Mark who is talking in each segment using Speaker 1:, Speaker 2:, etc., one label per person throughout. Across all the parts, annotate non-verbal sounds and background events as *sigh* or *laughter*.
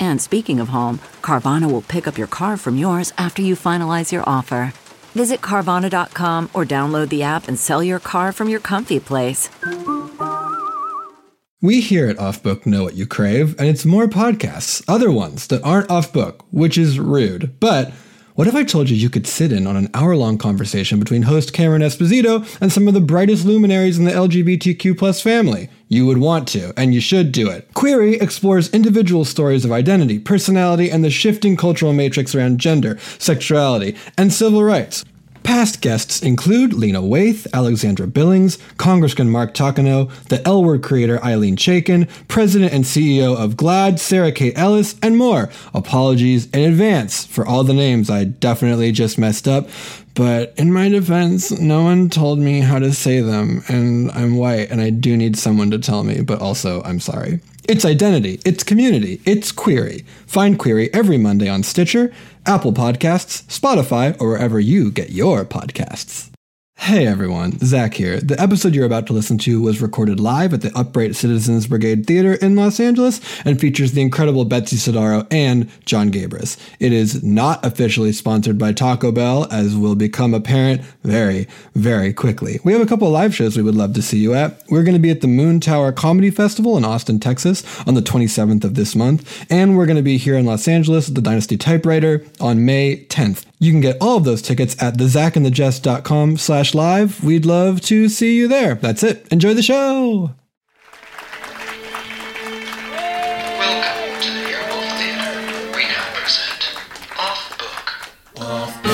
Speaker 1: And speaking of home, Carvana will pick up your car from yours after you finalize your offer. Visit Carvana.com or download the app and sell your car from your comfy place.
Speaker 2: We here at Off Book know what you crave, and it's more podcasts, other ones that aren't off book, which is rude. But what if I told you you could sit in on an hour long conversation between host Cameron Esposito and some of the brightest luminaries in the LGBTQ plus family? You would want to, and you should do it. Query explores individual stories of identity, personality, and the shifting cultural matrix around gender, sexuality, and civil rights. Past guests include Lena Waith, Alexandra Billings, Congressman Mark Takano, the L Word creator Eileen Chaikin, President and CEO of GLAD, Sarah Kate Ellis, and more. Apologies in advance for all the names I definitely just messed up, but in my defense, no one told me how to say them, and I'm white and I do need someone to tell me, but also I'm sorry. It's identity, it's community, it's query. Find query every Monday on Stitcher, Apple Podcasts, Spotify, or wherever you get your podcasts. Hey everyone, Zach here. The episode you're about to listen to was recorded live at the Upright Citizens Brigade Theater in Los Angeles and features the incredible Betsy Sodaro and John Gabris. It is not officially sponsored by Taco Bell, as will become apparent very, very quickly. We have a couple of live shows we would love to see you at. We're going to be at the Moon Tower Comedy Festival in Austin, Texas on the 27th of this month, and we're going to be here in Los Angeles at the Dynasty Typewriter on May 10th. You can get all of those tickets at thezackandthejess.com slash live. We'd love to see you there. That's it. Enjoy the show.
Speaker 3: Welcome to the Airwolf Theater. We now present Off Book.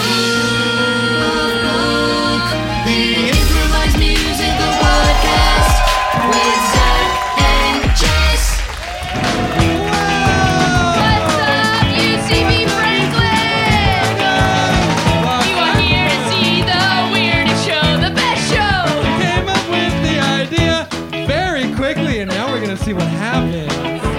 Speaker 4: Improvised musical podcast with Zach and Jess. What's up, UCB Franklin? You are here to see the weirdest show, the best show.
Speaker 5: came up with the idea very quickly, and now we're gonna see what happens.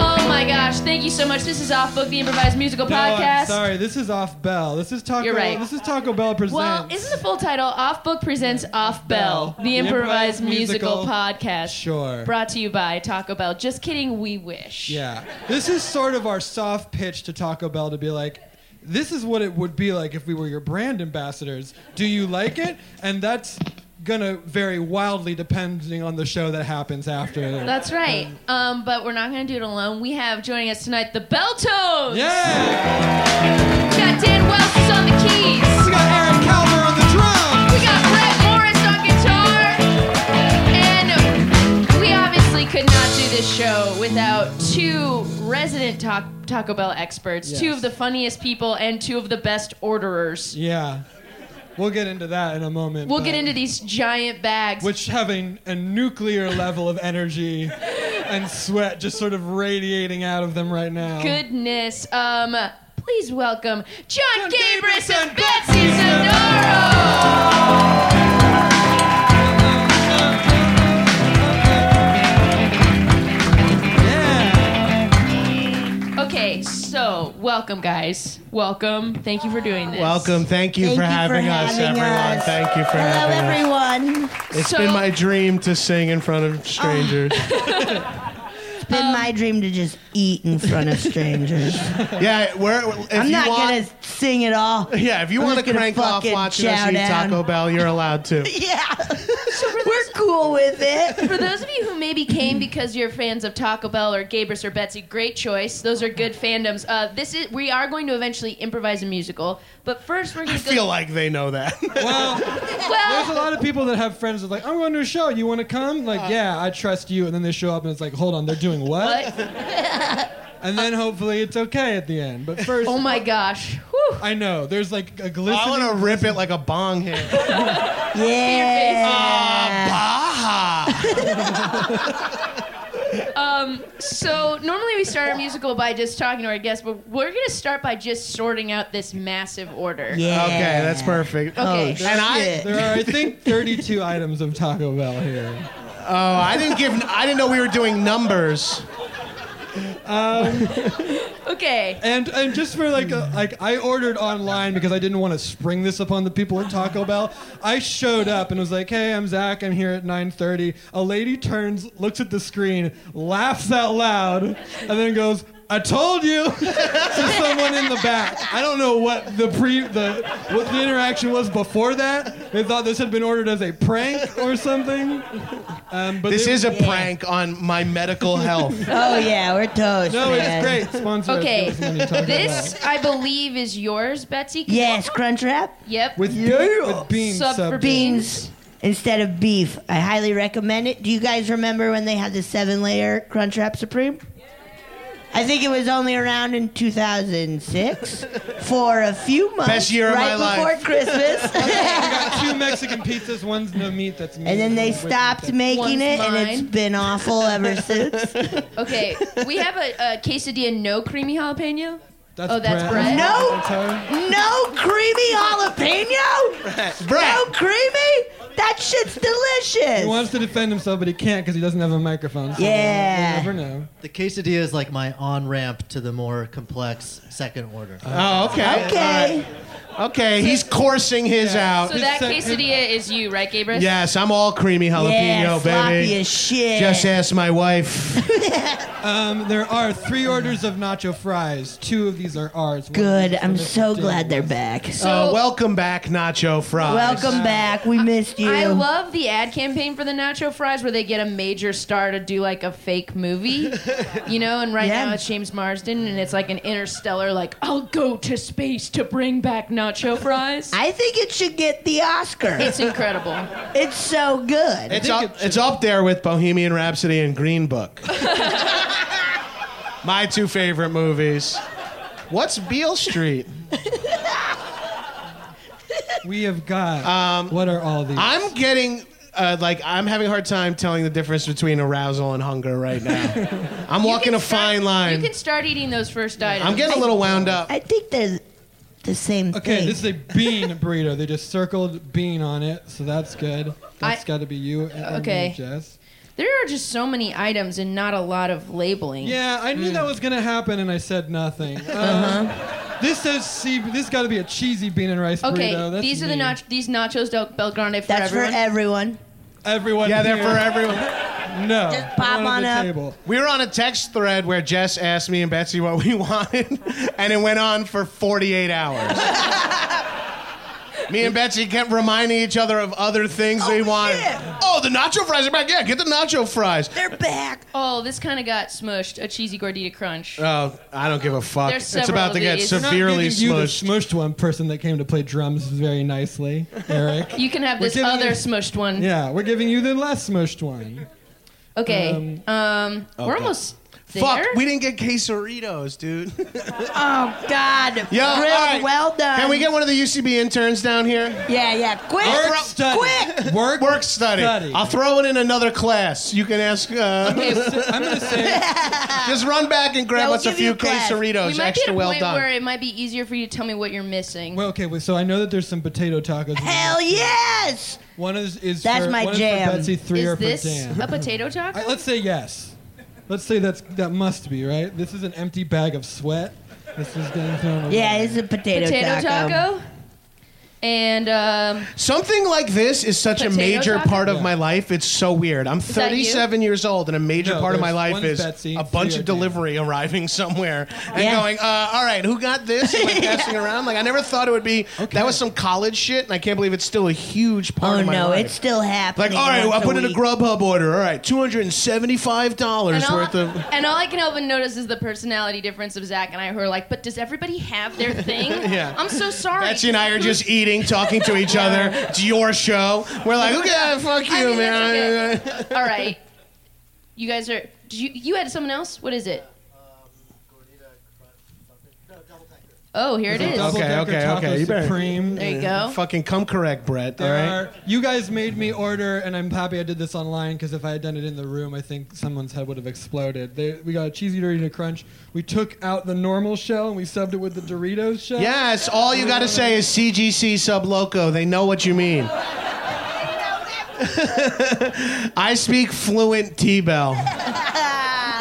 Speaker 4: Oh my gosh! Thank you so much. This is Off Book, the improvised musical
Speaker 5: No, I'm
Speaker 4: podcast.
Speaker 5: sorry, this is off Bell. This is Taco.
Speaker 4: You're right.
Speaker 5: This is Taco Bell presents.
Speaker 4: Well, this is the full title. Off Book presents Off Bell,
Speaker 5: Bell,
Speaker 4: the
Speaker 5: the
Speaker 4: improvised
Speaker 5: improvised
Speaker 4: musical
Speaker 5: musical-
Speaker 4: podcast.
Speaker 5: Sure.
Speaker 4: Brought to you by Taco Bell. Just kidding. We wish.
Speaker 5: yeah, this is sort of our soft pitch to Taco Bell to be like. This is what it would be like if we were your brand ambassadors. Do you like it? And that's gonna vary wildly depending on the show that happens after.
Speaker 4: That's right. Um, but we're not going to do it alone. We have joining us tonight the Beltos.
Speaker 5: yeah.
Speaker 4: We got Dan Wells on the keys.
Speaker 5: We got Aaron Calver on the drums.
Speaker 4: We got Brett Morris on guitar. And we obviously could not do this show without two resident Ta- Taco Bell experts, two
Speaker 5: Yes.
Speaker 4: of the funniest people, and two of the best orderers.
Speaker 5: Yeah, we'll get into that in a moment.
Speaker 4: We'll get
Speaker 5: but-
Speaker 4: into these giant bags.
Speaker 5: which have a, a nuclear level of energy and sweat just sort of radiating out of them right
Speaker 2: Oh.
Speaker 5: now.
Speaker 4: Goodness. Um, please welcome John,
Speaker 5: John
Speaker 4: Gabris
Speaker 5: Gabris
Speaker 4: and
Speaker 5: and
Speaker 4: Betsy
Speaker 5: Betsy
Speaker 4: Sodaro.
Speaker 5: Yeah.
Speaker 4: Okay, so welcome, guys. Welcome. Thank you for doing this.
Speaker 6: Welcome. Thank you
Speaker 7: Thank
Speaker 6: for
Speaker 7: you
Speaker 6: having
Speaker 7: for
Speaker 6: us,
Speaker 7: having
Speaker 6: everyone.
Speaker 7: us.
Speaker 6: Thank you for
Speaker 7: Hello,
Speaker 6: having us.
Speaker 7: everyone.
Speaker 6: It's
Speaker 4: So-
Speaker 6: been my dream to sing in front of strangers. been
Speaker 7: Um,
Speaker 6: my dream to just eat in front of *laughs* strangers.
Speaker 8: Yeah, where if
Speaker 6: Oh. I'm
Speaker 8: you
Speaker 6: not
Speaker 8: want,
Speaker 6: gonna sing at all. *laughs*
Speaker 8: Yeah, if you
Speaker 6: I'm
Speaker 8: want
Speaker 6: just
Speaker 8: to
Speaker 6: gonna
Speaker 8: crank off
Speaker 6: fucking
Speaker 8: watching us
Speaker 6: chow
Speaker 8: eat
Speaker 6: down.
Speaker 8: Taco Bell, you're allowed to.
Speaker 2: *laughs*
Speaker 6: Yeah, we're cool with
Speaker 7: *laughs*
Speaker 6: it.
Speaker 4: For those of you who maybe came because you're fans of Taco Bell or Gabrus or Betsy, great choice. Those are good fandoms. Uh, this is we are going to eventually improvise a musical, but first we're
Speaker 8: I
Speaker 4: going to go.
Speaker 8: feel like they know that.
Speaker 4: well,
Speaker 2: There's a lot of people that have friends that are like, I'm going to a show. You want to come? Like,
Speaker 8: Uh.
Speaker 2: yeah, I trust you. And then they show up and it's like, hold on, they're doing what?
Speaker 4: but-
Speaker 2: And then hopefully it's okay at the end. But first,
Speaker 4: oh my gosh, Whew.
Speaker 2: I know there's like a
Speaker 8: *laughs* I
Speaker 2: glistening.
Speaker 8: want to rip it like a bong hit.
Speaker 6: Yeah.
Speaker 4: Ah,
Speaker 8: Baja.
Speaker 4: *laughs* Um, So normally we start our musical by just talking to our guests, but we're gonna start by just sorting out this massive order.
Speaker 6: Yeah.
Speaker 8: Okay, that's perfect.
Speaker 4: Okay.
Speaker 6: Oh,
Speaker 8: And
Speaker 6: shit.
Speaker 8: I,
Speaker 6: *laughs*
Speaker 2: There are, I think, 32 items of Taco Bell here.
Speaker 8: oh, I didn't give. I didn't know we were doing numbers.
Speaker 4: Okay.
Speaker 2: And and just for like a, like I ordered online because I didn't want to spring this upon the people at Taco Bell. I showed up and was like, "Hey, I'm Zach. I'm here at 9:30." A lady turns, looks at the screen, laughs out loud, and then goes, "I told you!" *laughs* to someone in the back. I don't know what the pre the what the interaction was before that. They thought this had been ordered as a prank or something. Um, but
Speaker 8: This
Speaker 2: they-
Speaker 8: is a prank on my
Speaker 9: *laughs*
Speaker 8: medical health.
Speaker 6: Oh yeah, we're toast.
Speaker 2: no,
Speaker 6: man.
Speaker 2: it's great. Sponsor us,
Speaker 4: Okay.
Speaker 2: give us money, Taco Bell.
Speaker 4: This I believe is yours, Betsy.
Speaker 6: Yes, crunch wrap.
Speaker 4: Yep.
Speaker 2: with, with beans
Speaker 4: Sub for
Speaker 2: sub.
Speaker 6: beans instead of beef. I highly recommend it. Do you guys remember when they had the seven layer Crunchwrap Supreme? I think it was only around in
Speaker 8: *laughs*
Speaker 6: 2006 for a few months.
Speaker 8: Best year of
Speaker 6: right
Speaker 8: my life.
Speaker 6: before
Speaker 8: *laughs*
Speaker 6: Christmas.
Speaker 2: got two Mexican pizzas. One's no meat. That's meat.
Speaker 6: and then they
Speaker 2: with
Speaker 6: stopped
Speaker 2: meat.
Speaker 6: making
Speaker 4: One's
Speaker 6: it, and
Speaker 4: mine.
Speaker 6: it's been awful
Speaker 8: *laughs*
Speaker 6: ever since.
Speaker 4: okay. We have a, a quesadilla no creamy jalapeno.
Speaker 2: That's
Speaker 4: Oh, that's bread?
Speaker 6: No.
Speaker 2: That's how-
Speaker 6: No creamy jalapeno?
Speaker 8: *laughs*
Speaker 6: No creamy? That shit's delicious.
Speaker 2: He wants to defend himself, but he can't because he doesn't have a microphone. So
Speaker 6: Yeah.
Speaker 2: You never know.
Speaker 9: The quesadilla is like my on ramp to the more complex second order.
Speaker 8: Oh, okay.
Speaker 6: okay.
Speaker 8: All right. Okay, he's coursing his out.
Speaker 4: So that
Speaker 2: said-
Speaker 4: quesadilla is you, right, Gabrus?
Speaker 8: Yes, I'm all creamy
Speaker 6: yeah,
Speaker 8: jalapeno,
Speaker 6: sloppy
Speaker 8: baby.
Speaker 6: as shit.
Speaker 8: Just ask my wife.
Speaker 2: Um, there are three orders of nacho fries. Two of these are ours. One
Speaker 6: Good.
Speaker 2: is for
Speaker 6: I'm
Speaker 2: Mr.
Speaker 6: so
Speaker 2: Daniels.
Speaker 6: glad they're back.
Speaker 8: Uh,
Speaker 4: So
Speaker 8: welcome back, Nacho Fries.
Speaker 6: Welcome back. We missed you.
Speaker 4: I love the ad campaign for the nacho fries where they get a major star to do like a fake movie, you know. And right
Speaker 6: Yeah.
Speaker 4: now it's James Marsden, and it's like an interstellar, like I'll go to space to bring back nacho fries.
Speaker 6: I think it should get the Oscar.
Speaker 4: it's incredible.
Speaker 6: It's so good.
Speaker 8: It's up, it's up there with Bohemian Rhapsody and Green Book.
Speaker 4: *laughs*
Speaker 8: my two favorite movies. What's Beale Street?
Speaker 2: We have got. what are all these?
Speaker 8: I'm getting. Uh, like I'm having a hard time telling the difference between arousal and hunger
Speaker 4: *laughs*
Speaker 8: right now. I'm
Speaker 4: You
Speaker 8: walking
Speaker 4: can
Speaker 8: a
Speaker 4: start-
Speaker 8: fine line.
Speaker 4: You can start eating those first items.
Speaker 8: I'm getting a little wound up.
Speaker 6: I think they're the same
Speaker 2: okay,
Speaker 6: thing.
Speaker 2: this is a bean burrito. They just circled bean on it, so that's good. That's
Speaker 4: I-
Speaker 2: got to be you. and- and
Speaker 4: Okay.
Speaker 2: Jess.
Speaker 4: There are just so many items and not a lot of labeling.
Speaker 2: Yeah, I
Speaker 8: Hmm.
Speaker 2: knew that was gonna happen, and I said
Speaker 8: *laughs*
Speaker 2: nothing. Uh,
Speaker 8: Uh-huh.
Speaker 2: This says see, this got to be a cheesy bean and rice
Speaker 4: Okay,
Speaker 2: burrito. That's
Speaker 4: these are
Speaker 2: me.
Speaker 4: the nach- these nachos del Belgrande for
Speaker 6: That's
Speaker 4: everyone.
Speaker 6: for everyone.
Speaker 2: Everyone.
Speaker 8: yeah, they're
Speaker 2: here-
Speaker 8: for everyone.
Speaker 2: No.
Speaker 6: Just pop
Speaker 2: Everyone
Speaker 6: on
Speaker 2: the
Speaker 6: up.
Speaker 2: Table.
Speaker 8: We were on a text thread where Jess asked me and Betsy what we *laughs* wanted, and it went on for 48 hours. me and Betsy kept reminding each other of other things we
Speaker 6: Oh,
Speaker 8: wanted.
Speaker 6: shit.
Speaker 8: Oh, the nacho fries are back. Yeah, get the nacho fries.
Speaker 6: They're back.
Speaker 4: oh, this kind of got smushed. A cheesy gordita crunch.
Speaker 8: Oh, I don't give a fuck.
Speaker 4: There's
Speaker 8: It's
Speaker 4: several
Speaker 8: about to
Speaker 4: of
Speaker 8: get
Speaker 4: these.
Speaker 2: Not
Speaker 8: severely
Speaker 2: giving you the
Speaker 8: smushed.
Speaker 2: smushed one person that came to play drums very nicely,
Speaker 8: *laughs*
Speaker 2: Eric.
Speaker 4: you can have
Speaker 2: We're
Speaker 4: this
Speaker 2: giving
Speaker 4: other
Speaker 2: you-
Speaker 4: smushed one.
Speaker 2: yeah, we're giving you the less smushed one.
Speaker 4: Okay. Um, we're almost there.
Speaker 8: Fuck, we didn't get quesaritos, dude.
Speaker 6: Oh, God.
Speaker 8: Yo, all
Speaker 6: Grilled,
Speaker 8: right.
Speaker 6: Well done.
Speaker 8: Can we get one of the UCB interns down here?
Speaker 6: Yeah, yeah. Quick.
Speaker 8: Work
Speaker 2: study.
Speaker 6: Quick.
Speaker 2: Work.
Speaker 8: Work study.
Speaker 2: Study.
Speaker 8: I'll throw it in another class. You can ask. Uh,
Speaker 2: I'm gonna say
Speaker 8: Just run back and grab
Speaker 6: They'll
Speaker 8: us a
Speaker 6: give
Speaker 8: few
Speaker 6: you class.
Speaker 8: quesaritos.
Speaker 4: we might be at
Speaker 8: Extra
Speaker 4: a
Speaker 8: well
Speaker 4: point
Speaker 8: done.
Speaker 4: where it might be easier for you to tell me what you're missing.
Speaker 2: well, okay. well, So I know that there's some potato tacos. in there.
Speaker 6: Hell yes.
Speaker 2: One is is
Speaker 6: That's
Speaker 2: for,
Speaker 6: my
Speaker 2: one Is
Speaker 6: jam.
Speaker 2: for Betsy, three are
Speaker 4: Is
Speaker 2: for
Speaker 4: this
Speaker 2: Dan.
Speaker 4: a
Speaker 8: *laughs*
Speaker 4: potato taco?
Speaker 2: I, let's say yes. Let's say that's that must be right. This is an empty bag of sweat. This is getting thrown away.
Speaker 6: Yeah, it's a potato,
Speaker 4: potato taco? And um,
Speaker 8: Something like this is such a
Speaker 4: Potato
Speaker 8: major
Speaker 4: taco?
Speaker 8: part of my life. It's so weird. I'm
Speaker 4: that you?
Speaker 8: 37 years old, and a major
Speaker 2: No,
Speaker 8: part of my
Speaker 2: there's
Speaker 8: life
Speaker 2: one
Speaker 8: is
Speaker 2: Betsy,
Speaker 8: a bunch
Speaker 2: three
Speaker 8: of
Speaker 2: Arcadia.
Speaker 8: delivery arriving somewhere and
Speaker 6: Yeah.
Speaker 8: going, uh, "All right, who got this?" And, like passing around. Like I never thought it would be. That was some college shit, and I can't believe it's still a huge part
Speaker 6: Oh
Speaker 8: of my
Speaker 6: no,
Speaker 8: life.
Speaker 6: it's still happening.
Speaker 8: like, all right,
Speaker 6: once
Speaker 8: I put in a
Speaker 6: week.
Speaker 8: Grubhub order. All right, two hundred and seventy-five dollars
Speaker 4: and all, *laughs*
Speaker 8: worth of.
Speaker 4: and all I can help but notice is the personality difference of Zach and I, who are like, but does everybody have
Speaker 8: *laughs*
Speaker 4: their thing?
Speaker 8: Yeah.
Speaker 4: I'm so sorry.
Speaker 8: Betsy and I are just eating, talking to each other. It's your show. We're like,
Speaker 4: *laughs*
Speaker 8: okay, fuck you,
Speaker 4: I mean,
Speaker 8: man.
Speaker 4: that's
Speaker 8: *laughs*
Speaker 4: okay. *laughs* all right. You guys are. Did you you had someone else? What is it? Oh, here it
Speaker 2: There's a
Speaker 4: is.
Speaker 2: Double
Speaker 8: Okay,
Speaker 2: decker
Speaker 8: okay,
Speaker 2: taco
Speaker 8: okay, you better-
Speaker 2: Supreme.
Speaker 4: There you go.
Speaker 8: Fucking come correct, Brett. All
Speaker 2: There
Speaker 8: right.
Speaker 2: are- you guys made me order, and I'm happy I did this online because if I had done it in the room, I think someone's head would have exploded. They, we got a cheesy Dorito crunch. We took out the normal shell and we subbed it with the Doritos shell.
Speaker 8: Yes, all you got to say is CGC sub loco. They know what you mean. *laughs* I speak fluent T-Bell.
Speaker 4: *laughs*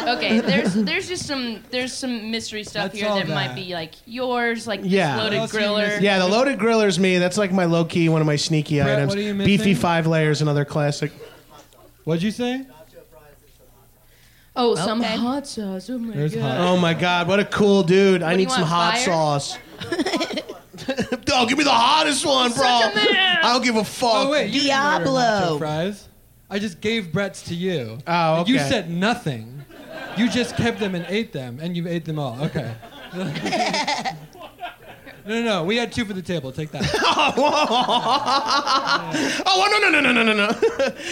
Speaker 4: Okay, there's there's just some there's some mystery stuff
Speaker 2: That's
Speaker 4: here
Speaker 2: all
Speaker 4: that, might
Speaker 2: that.
Speaker 4: be like yours, like
Speaker 8: Yeah.
Speaker 4: this
Speaker 2: What
Speaker 4: loaded
Speaker 2: else are you
Speaker 4: griller.
Speaker 2: missing?
Speaker 8: Yeah, the loaded griller's me. That's like my low key, one of my sneaky
Speaker 2: Brett,
Speaker 8: items.
Speaker 2: what are you missing?
Speaker 8: Beefy five layers, another classic.
Speaker 2: What'd you say?
Speaker 4: Oh, some hot sauce. Oh my
Speaker 2: There's
Speaker 4: god.
Speaker 2: hot.
Speaker 8: Oh my god, what a cool dude! I
Speaker 4: do
Speaker 8: need
Speaker 4: you
Speaker 8: some
Speaker 4: want,
Speaker 8: hot
Speaker 4: fire?
Speaker 8: sauce. *laughs* oh, give me the hottest one, bro.
Speaker 4: Such a man.
Speaker 8: I don't give a fuck.
Speaker 2: Oh
Speaker 8: *laughs*
Speaker 2: wait, you didn't order
Speaker 6: Diablo.
Speaker 2: nacho fries. I just gave Brett's to you.
Speaker 8: Oh,
Speaker 2: And You
Speaker 8: okay.
Speaker 2: said nothing. You just kept them and ate them, and you ate them all.
Speaker 8: *laughs*
Speaker 2: Okay. no, no, no. We had two for the table. Take that.
Speaker 8: Oh no no no no no no no!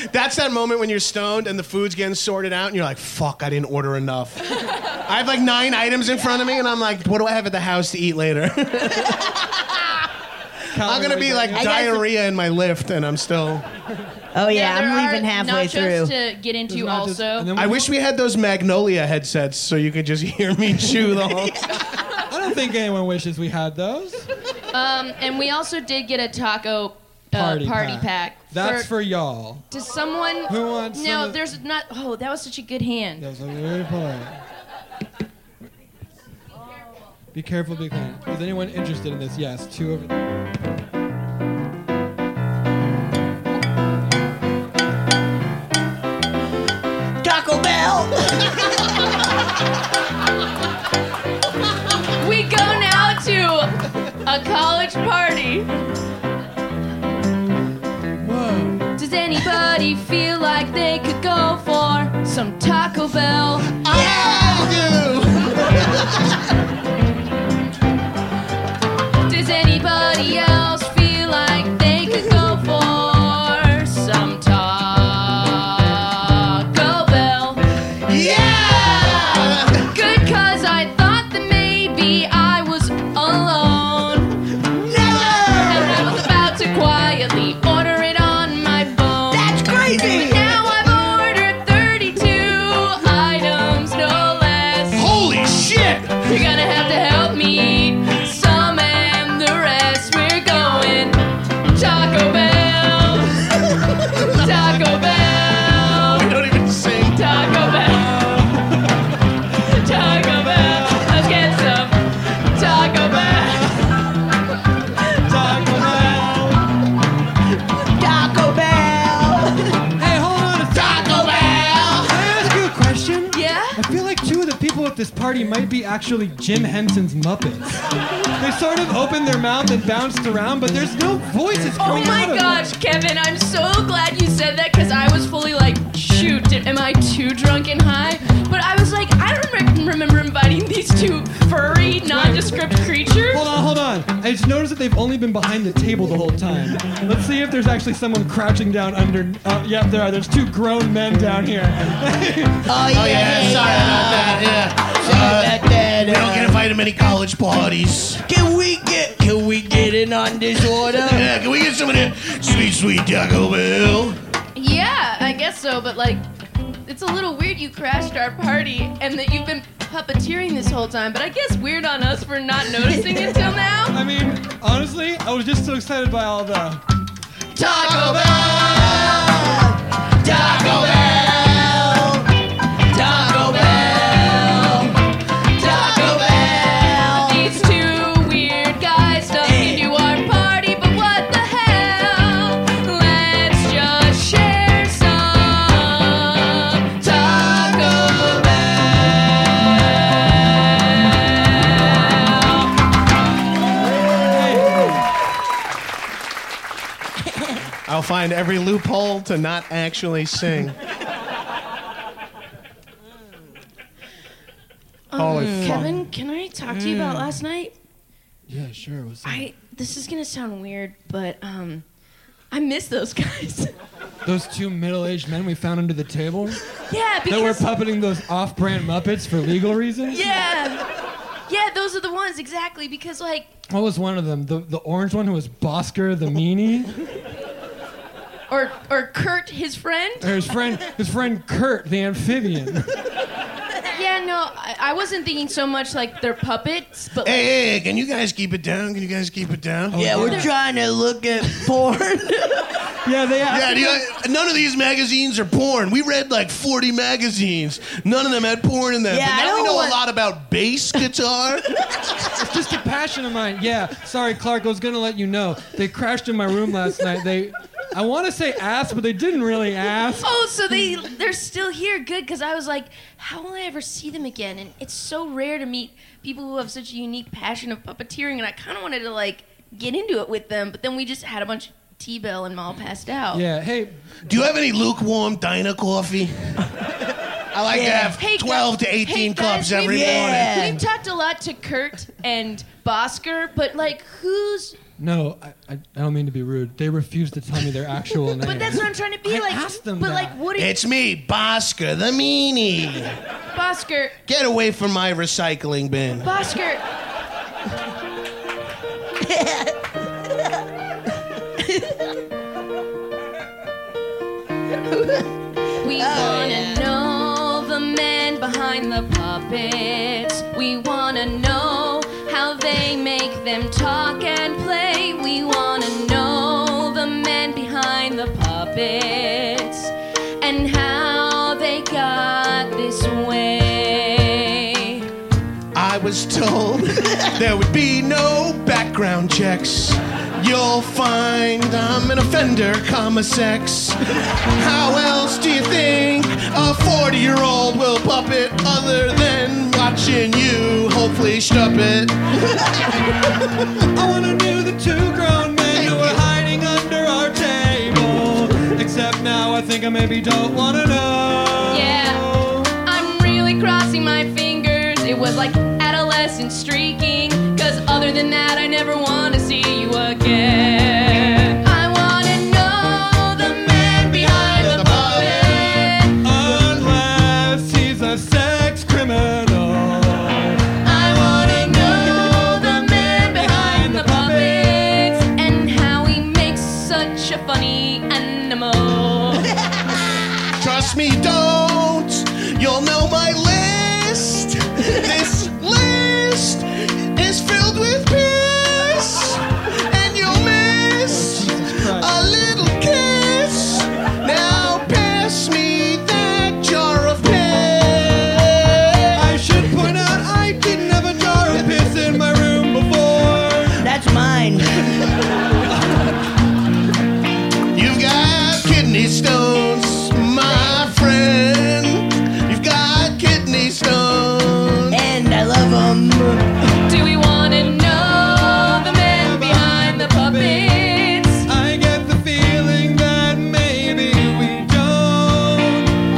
Speaker 8: *laughs* That's that moment when you're stoned and the food's getting sorted out, and you're like, "Fuck, I didn't order enough." I have like nine items in front of me, and I'm like, "What do I have at the house to eat later?" *laughs* *laughs* I'm gonna be like
Speaker 6: I got some-
Speaker 8: diarrhea in my lift, and I'm still.
Speaker 6: Oh yeah,
Speaker 4: there
Speaker 6: I'm
Speaker 4: are
Speaker 6: leaving halfway
Speaker 4: nachos
Speaker 6: through.
Speaker 4: to get into
Speaker 2: Not just-
Speaker 4: also.
Speaker 2: and then
Speaker 8: I
Speaker 2: we-
Speaker 8: wish we had those Magnolia headsets so you could just *laughs* hear me chew
Speaker 4: *laughs*
Speaker 8: the whole.
Speaker 2: I don't think anyone wishes we had those.
Speaker 4: And we also did get a taco uh,
Speaker 2: Party,
Speaker 4: pack.
Speaker 2: That's for, y'all.
Speaker 4: Does someone?
Speaker 2: Who wants some
Speaker 4: No,
Speaker 2: of-
Speaker 4: there's not. Oh, that was such a good hand.
Speaker 2: That was a very polite. Be careful, be kind. Is anyone interested in this? Yes, two over there.
Speaker 6: Taco Bell.
Speaker 4: We go now to a college party.
Speaker 2: Whoa.
Speaker 4: Does anybody feel like they could go for some Taco Bell? Does anybody else feel like they could go for some Taco Bell? *laughs*
Speaker 8: yeah!
Speaker 4: Good, cause I thought that maybe I was alone. And
Speaker 8: Never!
Speaker 4: I was about to quietly order it on my phone.
Speaker 6: That's
Speaker 8: *laughs*
Speaker 6: crazy.
Speaker 4: Now I've ordered 32 items, no less.
Speaker 8: Holy shit!
Speaker 4: You're gonna have to help me eat some and the rest. We're going Taco Bell, Taco Bell,
Speaker 8: I don't even sing.
Speaker 4: Taco Bell, Taco Bell. Let's get some Taco Bell, Taco Bell.
Speaker 6: Taco Bell.
Speaker 2: Hey, hold on a second.
Speaker 8: Taco Bell!
Speaker 2: Can I ask you a question?
Speaker 4: Yeah?
Speaker 2: I feel like two of the people at this party might be actually Jim Henson's Muppets. they sort of opened their mouth and bounced around, but there's no voices
Speaker 4: Oh
Speaker 2: coming
Speaker 4: my
Speaker 2: out of
Speaker 4: gosh, Kevin, I'm so glad you said that because I was fully like, shoot, did, am I too drunk and high? But I was like, I don't re- remember inviting these two furry, nondescript creatures.
Speaker 2: Hold on, hold on. I just noticed that they've only been behind the table the whole time. Let's see if there's actually someone crouching down under. Uh, yep, there are. There's two grown men down here. *laughs*
Speaker 6: Oh yeah.
Speaker 8: Oh yeah, sorry about that. Yeah. Uh, we don't get invited to many college parties.
Speaker 6: Can we get can we get in on this order?
Speaker 8: Yeah, can we get some of that sweet, sweet Taco Bell?
Speaker 4: Yeah, I guess so, but like, it's a little weird you crashed our party and that you've been puppeteering this whole time, but I guess weird on us for not noticing until now.
Speaker 2: *laughs* I mean, honestly, I was just so excited by all the.
Speaker 6: Taco Bell. Taco Bell. Taco Bell. Taco Bell.
Speaker 4: These two weird guys snuck into our party, but what
Speaker 8: I'll find every loophole to not actually sing. Holy fuck.
Speaker 4: Kevin, can I talk to you about last night?
Speaker 8: Yeah, sure. What's up?
Speaker 4: I this is gonna sound weird, but um, I miss those guys. *laughs*
Speaker 2: Those two middle-aged men we found under the table
Speaker 4: yeah,
Speaker 2: that were
Speaker 4: because
Speaker 2: puppeting those off-brand Muppets for legal reasons.
Speaker 4: yeah, yeah, those are the ones exactly because like
Speaker 2: What was one of them? The the orange one who was Bosker the meanie,
Speaker 4: or or Kurt, his friend.
Speaker 2: or his friend his friend Kurt the amphibian.
Speaker 4: Yeah, no, I, I wasn't thinking so much like they're puppets, but like,
Speaker 8: Hey, hey, can you guys keep it down? Can you guys keep it down?
Speaker 6: Yeah, we're trying to look
Speaker 8: *laughs*
Speaker 6: at porn.
Speaker 2: Yeah, they.
Speaker 8: Yeah, do you- none of these magazines are porn. We read like 40 magazines. None of them had porn in them.
Speaker 6: Yeah,
Speaker 8: but
Speaker 6: I
Speaker 8: now we
Speaker 6: don't
Speaker 8: know
Speaker 6: want-
Speaker 8: a lot about
Speaker 6: *laughs*
Speaker 8: bass guitar.
Speaker 2: It's just a passion of mine. Yeah. Sorry, Clark. I was gonna let you know. They crashed in my room last night. They, I want to say asked, but they didn't really ask.
Speaker 4: oh, so they they're still here, good. Because I was like, how will I ever see them again? And it's so rare to meet people who have such a unique passion of puppeteering, and I kind of wanted to like get into it with them, but then we just had a bunch of T Bell and Mal passed out.
Speaker 2: Yeah. Hey,
Speaker 8: do you have any lukewarm Dyna coffee? I like to have
Speaker 4: Hey,
Speaker 8: 12
Speaker 4: guys-
Speaker 8: to 18
Speaker 4: hey,
Speaker 8: cups
Speaker 4: guys,
Speaker 8: every
Speaker 4: we've-
Speaker 8: morning.
Speaker 6: Yeah.
Speaker 4: We've talked a lot to Kurt and Bosker, but like who's?
Speaker 2: no, I, I, I don't mean to be rude. They refused to tell me their actual name.
Speaker 4: But that's what I'm trying to be
Speaker 2: I
Speaker 4: like.
Speaker 2: asked them
Speaker 4: but
Speaker 2: that.
Speaker 4: like, what is
Speaker 8: It's me, Bosker the meanie.
Speaker 4: Bosker?
Speaker 8: Get away from my recycling bin.
Speaker 4: Bosker. we wanna know the men behind the puppets. We wanna know how they make them talk and play. We wanna know the men behind the puppets and how they got this way.
Speaker 8: I was told *laughs* there would be no background checks. You'll find I'm an offender, comma sex. How else do you think a 40 year old will puppet other than watching you hopefully stup it?
Speaker 2: I wanna do the two grown men who are hiding under our table. Except now, I think I maybe don't wanna know.
Speaker 4: Yeah. I'm really crossing my fingers. It was like adolescent streaking. Cause other than that, I never want to see you again. I want to know the man behind the puppet.
Speaker 2: Unless he's a sex criminal.
Speaker 4: I want to know the man behind the puppets and how he makes such a funny animal.
Speaker 8: Trust me, don't. You'll know my list. This list is filled with piss, and you'll miss a little kiss. Now pass me that jar of piss.
Speaker 2: I should point out I didn't have a jar of piss in my room before.
Speaker 6: That's mine.
Speaker 8: You've got kidney stones, my friend. You've got kidney stones.
Speaker 6: And I love them.
Speaker 4: Do we want to know the man behind the puppets?
Speaker 2: I get the feeling that maybe we don't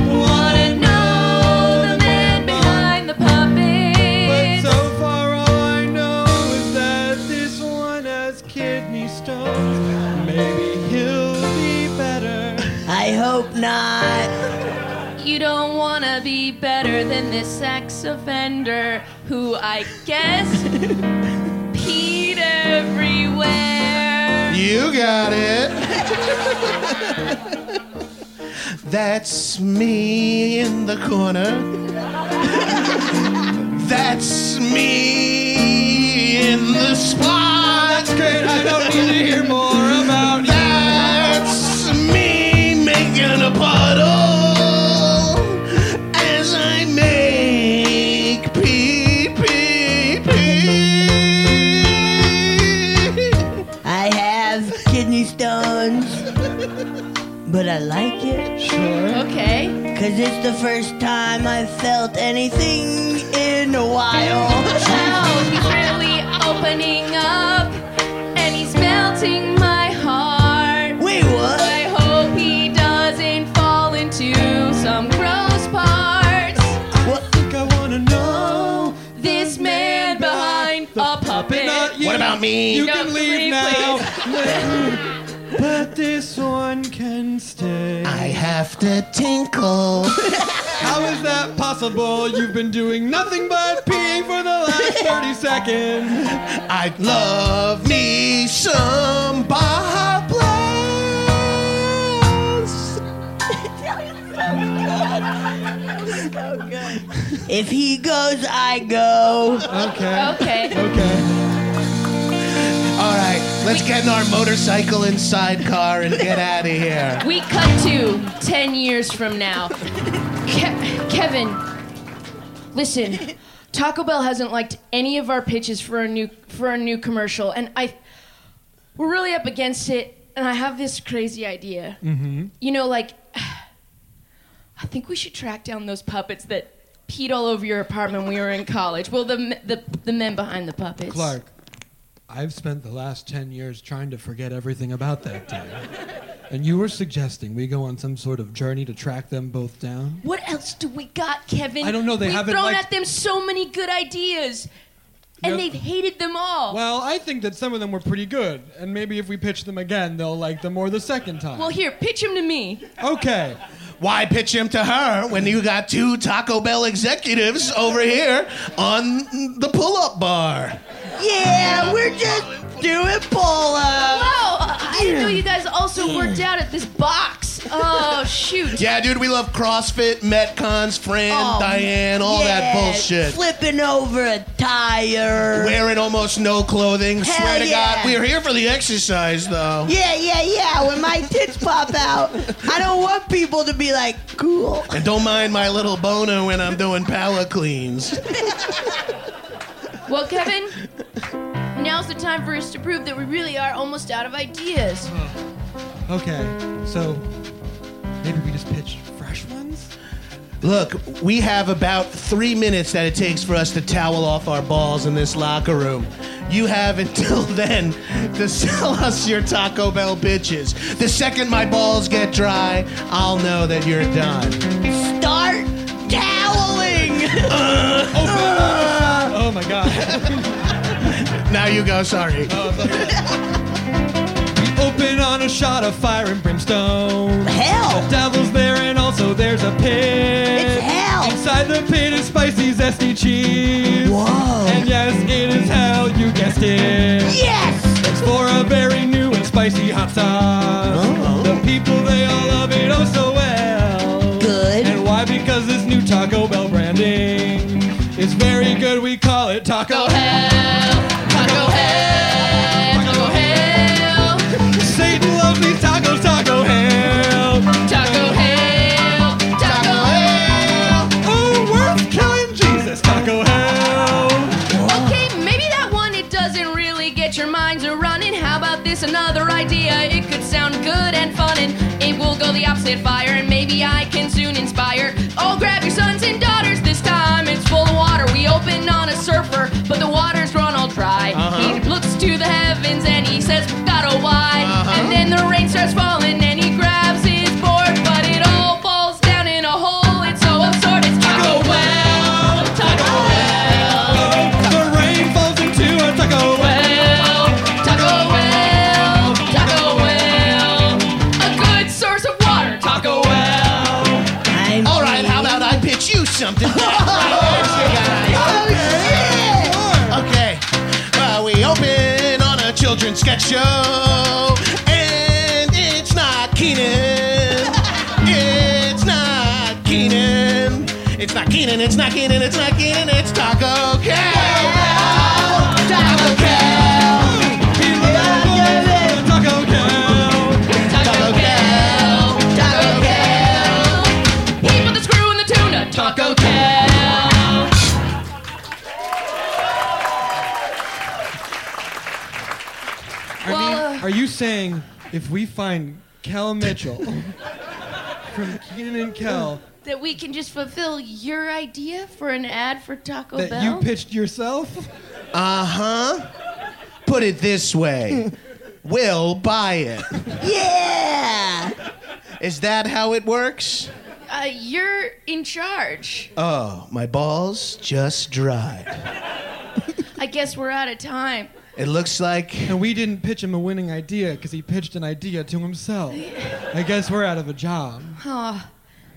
Speaker 4: Wanna know the man behind the
Speaker 2: But
Speaker 4: puppets.
Speaker 2: so far all I know is that this one has kidney stones. Maybe he'll be better.
Speaker 6: I hope not.
Speaker 4: You don't wanna be better than this sex offender who I
Speaker 2: *laughs*
Speaker 4: guess peed everywhere.
Speaker 8: You got it. That's me in the corner. That's me in the spot.
Speaker 2: Great, I don't need to hear more about you.
Speaker 8: That's me making a puddle as I make pee pee pee.
Speaker 6: I have kidney stones. But I like it.
Speaker 4: Okay.
Speaker 6: Cause it's the first time I've felt anything in a while.
Speaker 4: Wow, he's really opening up and he's melting my heart.
Speaker 6: Wait, what? *laughs*
Speaker 2: But
Speaker 4: puppet.
Speaker 2: not you.
Speaker 8: What about me?
Speaker 2: You
Speaker 4: No,
Speaker 2: can leave,
Speaker 4: leave,
Speaker 2: now. *laughs* but this one can stay.
Speaker 8: I have to tinkle.
Speaker 2: How is that possible? You've been doing nothing but peeing for the last 30 seconds.
Speaker 8: I'd love me some Baja Blast.
Speaker 6: If he goes, I go.
Speaker 2: Okay.
Speaker 4: Okay.
Speaker 2: Okay.
Speaker 8: All right, let's get in our motorcycle and sidecar and get out of here.
Speaker 4: We cut to 10 years from now. Ke- Kevin, listen. Taco Bell hasn't liked any of our pitches for a new for a new commercial and I we're really up against it and I have this crazy idea. You know like I think we should track down those puppets that peed all over your apartment when we were in college. Well, the m- the the men behind the puppets.
Speaker 2: Clark, I've spent the last 10 years trying to forget everything about that day. And you were suggesting we go on some sort of journey to track them both down?
Speaker 4: What else do we got, Kevin?
Speaker 2: I don't know, they
Speaker 4: We've
Speaker 2: haven't
Speaker 4: thrown
Speaker 2: liked-
Speaker 4: at them so many good ideas,
Speaker 2: Yep.
Speaker 4: and they've hated them all. Well,
Speaker 2: Well, I think that some of them were pretty good. And maybe if we pitch them again, they'll like them more the second time.
Speaker 4: here, pitch them to me.
Speaker 2: okay.
Speaker 8: Why pitch him to her when you got two Taco Bell executives over here on the pull up bar?
Speaker 6: Yeah, we're just doing pull up.
Speaker 4: Wow, I didn't know you guys also worked out at this box. Oh shoot.
Speaker 8: Yeah, dude, we love CrossFit, Metcons, Fran,
Speaker 6: Oh,
Speaker 8: Diane, all
Speaker 6: Yeah,
Speaker 8: that bullshit.
Speaker 6: Flipping over a tire.
Speaker 8: Wearing almost no clothing.
Speaker 6: Hell
Speaker 8: Swear to
Speaker 6: yeah.
Speaker 8: God, we are here for the exercise, though.
Speaker 6: Yeah, yeah, yeah. When my tits pop out, I don't want people to be like, cool.
Speaker 8: And don't mind my little boner when I'm doing power cleans.
Speaker 4: Well, Kevin, now's the time for us to prove that we really are almost out of ideas.
Speaker 2: Hmm. Okay. So maybe we just pitch fresh ones?
Speaker 8: Look, we have about three minutes that it takes for us to towel off our balls in this locker room. You have until *laughs* then to sell us your Taco Bell bitches. The second my balls get dry, I'll know that you're done.
Speaker 6: Start toweling.
Speaker 2: Oh my god.
Speaker 8: Ah! Now you go, sorry.
Speaker 2: Open on a shot of fire and brimstone.
Speaker 6: Hell.
Speaker 2: The devil's there, and also there's a pit.
Speaker 6: It's hell.
Speaker 2: Inside the pit is spicy, zesty cheese.
Speaker 6: Whoa.
Speaker 2: And yes, it is hell, you guessed it.
Speaker 6: yes.
Speaker 2: It's for a very new and spicy hot sauce. The people, they all love it oh so well.
Speaker 6: Good.
Speaker 2: And why? Because this new Taco Bell branding is very good. We call it Taco Hell.
Speaker 4: Taco hell,
Speaker 2: Satan loves these tacos, Taco Hell.
Speaker 4: taco hell, taco hell.
Speaker 2: Oh, worth killing Jesus, Taco Hell.
Speaker 4: Okay, maybe that one it doesn't really get your minds a running. How about this another idea? It could sound good and fun, and it will go the opposite fire, and maybe I can soon inspire. Oh, grab your sons and daughters this time. It's full of water. We open on a surfer, but the water's run all dry. He looks to the heavens and he says, "Got a why?" And then the rain starts falling, and he grabs his board, but it all falls down in a hole. It's so absurd. It's Taco Well, Taco Well.
Speaker 2: The rain falls into a Taco Hell.
Speaker 4: Well, Taco Well, Taco Well, a good source of water. Taco Well.
Speaker 6: I'm
Speaker 8: All right, how about I pitch you something? *laughs* Okay. Well, we open on a children's sketch show, and it's not Keenan. It's not Keenan. It's not Keenan. It's not Keenan. It's not Keenan. It's Taco Cal. Taco Cal.
Speaker 2: Taco Hell.
Speaker 8: Taco Cal. Taco Cal.
Speaker 4: He put the screw in the tuna. Taco Cal.
Speaker 2: I mean, are you saying if we find Kel Mitchell *laughs* from Keenan and Kel
Speaker 4: That we can just fulfill your idea for an ad for Taco
Speaker 2: that you
Speaker 4: Bell.
Speaker 2: pitched yourself?
Speaker 8: Uh huh. Put it this way. We'll buy it.
Speaker 6: Yeah.
Speaker 8: Is that how it works?
Speaker 4: uh, you're
Speaker 8: Uh,
Speaker 4: in charge.
Speaker 8: Oh, my balls just dried.
Speaker 4: I guess we're out of time.
Speaker 8: It looks like
Speaker 2: And we didn't pitch him a winning idea because he pitched an idea to himself. I guess we're out of a job.
Speaker 4: Oh,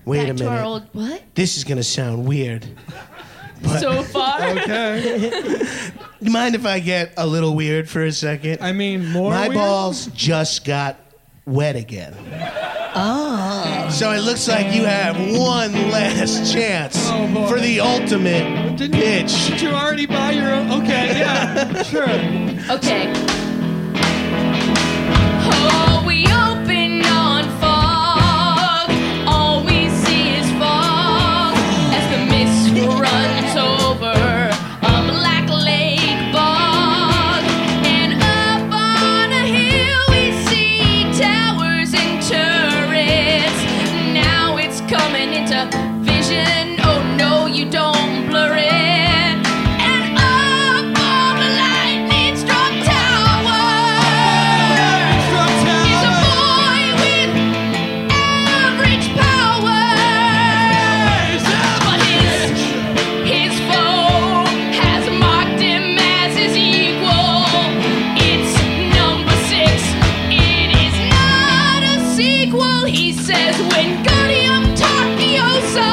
Speaker 8: wait
Speaker 4: back
Speaker 8: a
Speaker 4: to our
Speaker 8: minute.
Speaker 4: old what?
Speaker 8: This is gonna sound weird.
Speaker 4: So
Speaker 8: *laughs*
Speaker 4: far,
Speaker 2: Okay.
Speaker 4: *laughs*
Speaker 8: You mind if I get a little weird for a second?
Speaker 2: I mean, more.
Speaker 8: My
Speaker 2: weird?
Speaker 8: balls just got wet again. Oh. So it looks like you have one last chance
Speaker 2: Oh, boy.
Speaker 8: for the ultimate
Speaker 2: Didn't-
Speaker 8: pitch.
Speaker 2: Did you already buy your own? Okay,
Speaker 8: *laughs*
Speaker 2: yeah, sure.
Speaker 4: okay. Oh, we open on fog. All we see is fog as the mist runs over a black lake bog. And up on a hill we see towers and turrets. Now it's coming into vision. Oh no, you don't blur it. And up on a lightning struck tower. He's a boy with average powers, but his his foe has mocked him as his equal. It's number six. It is not a sequel. He says when Guardium Tachyosa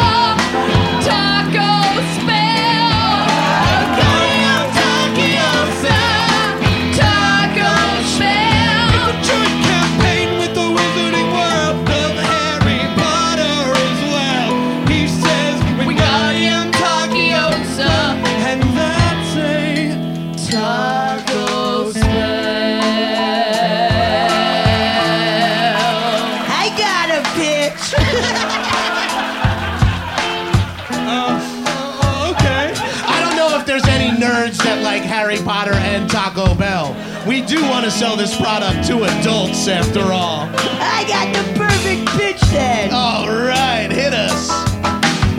Speaker 4: Taco spell. Guardium Tachyosa Taco spell. We got him Tachyosa
Speaker 2: And that's a
Speaker 4: Taco spell.
Speaker 6: I got a bitch.
Speaker 2: oh,
Speaker 4: *laughs*
Speaker 2: okay.
Speaker 8: I don't know if there's any nerds that like Harry Potter and Taco Bell. We do want to sell this product to adults after all.
Speaker 6: *laughs* I got the perfect pitch then.
Speaker 8: All right, hit us.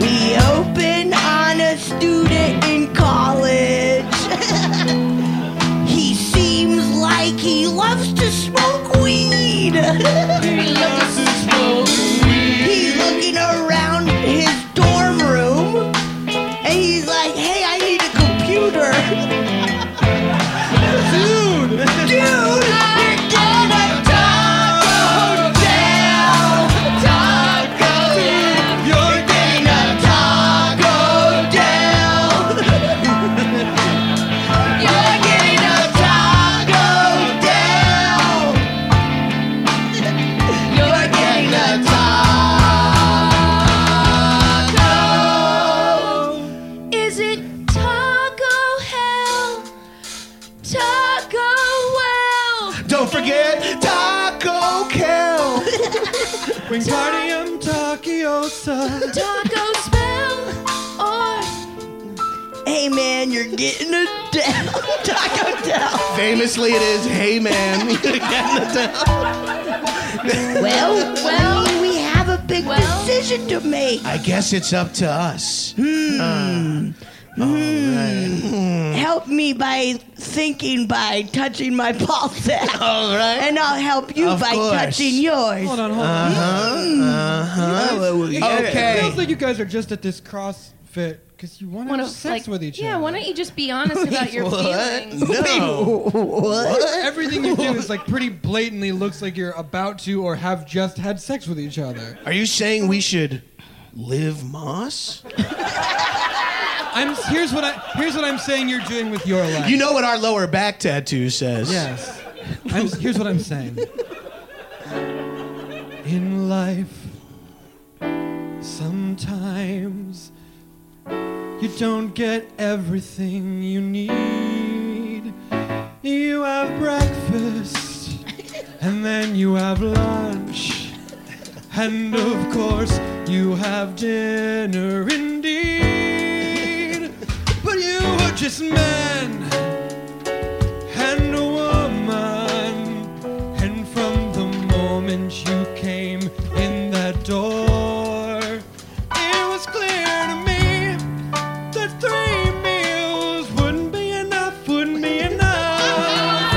Speaker 6: We open on a student in college. *laughs* he seems like he loves to smoke weed. *laughs* he's looking around his dorm room and he's like, hey, I need a computer. *laughs* Dude! Dude! You're getting a taco down! Taco down! You're getting a taco down! You're getting a taco down! You're getting a taco.
Speaker 4: Is it Taco Hell? Taco Well?
Speaker 8: Don't forget Taco Kel.
Speaker 2: Wingardium Tachyosa.
Speaker 4: Taco Spell? Or
Speaker 6: Hey man, you're getting a down. taco down.
Speaker 8: Famously, it is Hey Man. *laughs*
Speaker 6: Well,
Speaker 4: Well,
Speaker 6: I mean, we have a big
Speaker 4: well.
Speaker 6: decision to make.
Speaker 8: I guess it's up to us. Hmm.
Speaker 6: Help me by thinking by touching my ball sack.
Speaker 8: *laughs* All right.
Speaker 6: And I'll help you
Speaker 8: Of
Speaker 6: by
Speaker 8: course.
Speaker 6: touching yours.
Speaker 2: Hold on, hold on.
Speaker 8: Uh-huh.
Speaker 2: It
Speaker 8: okay.
Speaker 2: feels like you guys are just at this CrossFit because you want to
Speaker 4: wanna,
Speaker 2: have sex
Speaker 4: like,
Speaker 2: with each
Speaker 4: yeah,
Speaker 2: other.
Speaker 4: why don't you just be
Speaker 8: *laughs*
Speaker 4: honest about your feelings?
Speaker 8: No.
Speaker 2: Everything you do
Speaker 4: *laughs*
Speaker 2: is like pretty blatantly looks like you're about to or have just had sex with each other.
Speaker 8: Are you saying we should live Moss?
Speaker 2: I'm here's what I here's what I'm saying you're doing with your life.
Speaker 8: You know what our lower back tattoo says.
Speaker 2: Yes. I'm, here's what I'm saying. In life, sometimes you don't get everything you need. You have breakfast, and then you have lunch, and of course, you have dinner indeed. But you are just men and a woman. And from the moment you came in that door, it was clear to me that three meals wouldn't be enough, wouldn't be enough.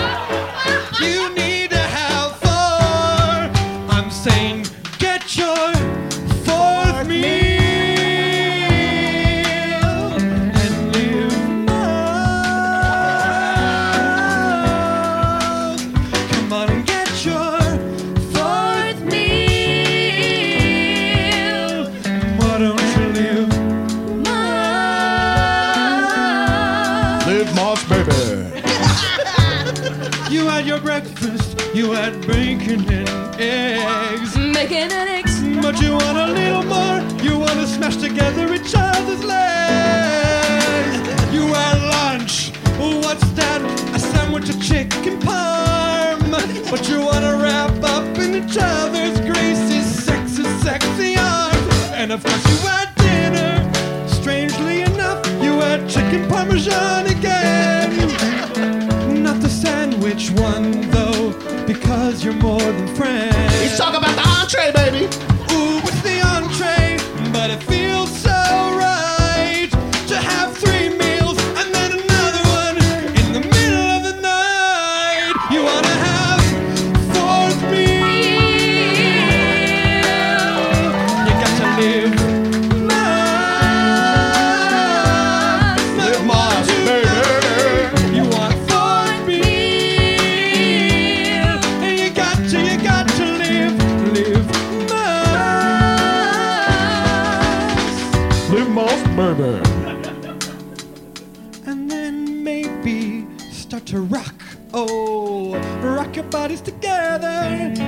Speaker 2: You need to have four. I'm saying, get your fourth meal and live now. You had your breakfast, you had bacon and eggs.
Speaker 4: Making an ex.
Speaker 2: But you want a little more, you want to smash together each other's legs. You had lunch, what's that? A sandwich of chicken parm. But you want to wrap up in each other's greasy, sexy, sexy arms. And of course, you had dinner. Strangely enough, you had chicken parmesan again. Not the sandwich one, though, because you're more than friends.
Speaker 8: Let's talk about the entree, baby.
Speaker 2: Ooh, it's the entree, but it feels so right to have three meals and then another one in the middle of the night. You wanna have fourth meal? You got to live. Mars. Live Mars, baby. You want fourth meal? And you got to, you got to live, live Mars.
Speaker 8: Live Moss, baby.
Speaker 2: And then maybe start to rock. Oh, rock your bodies together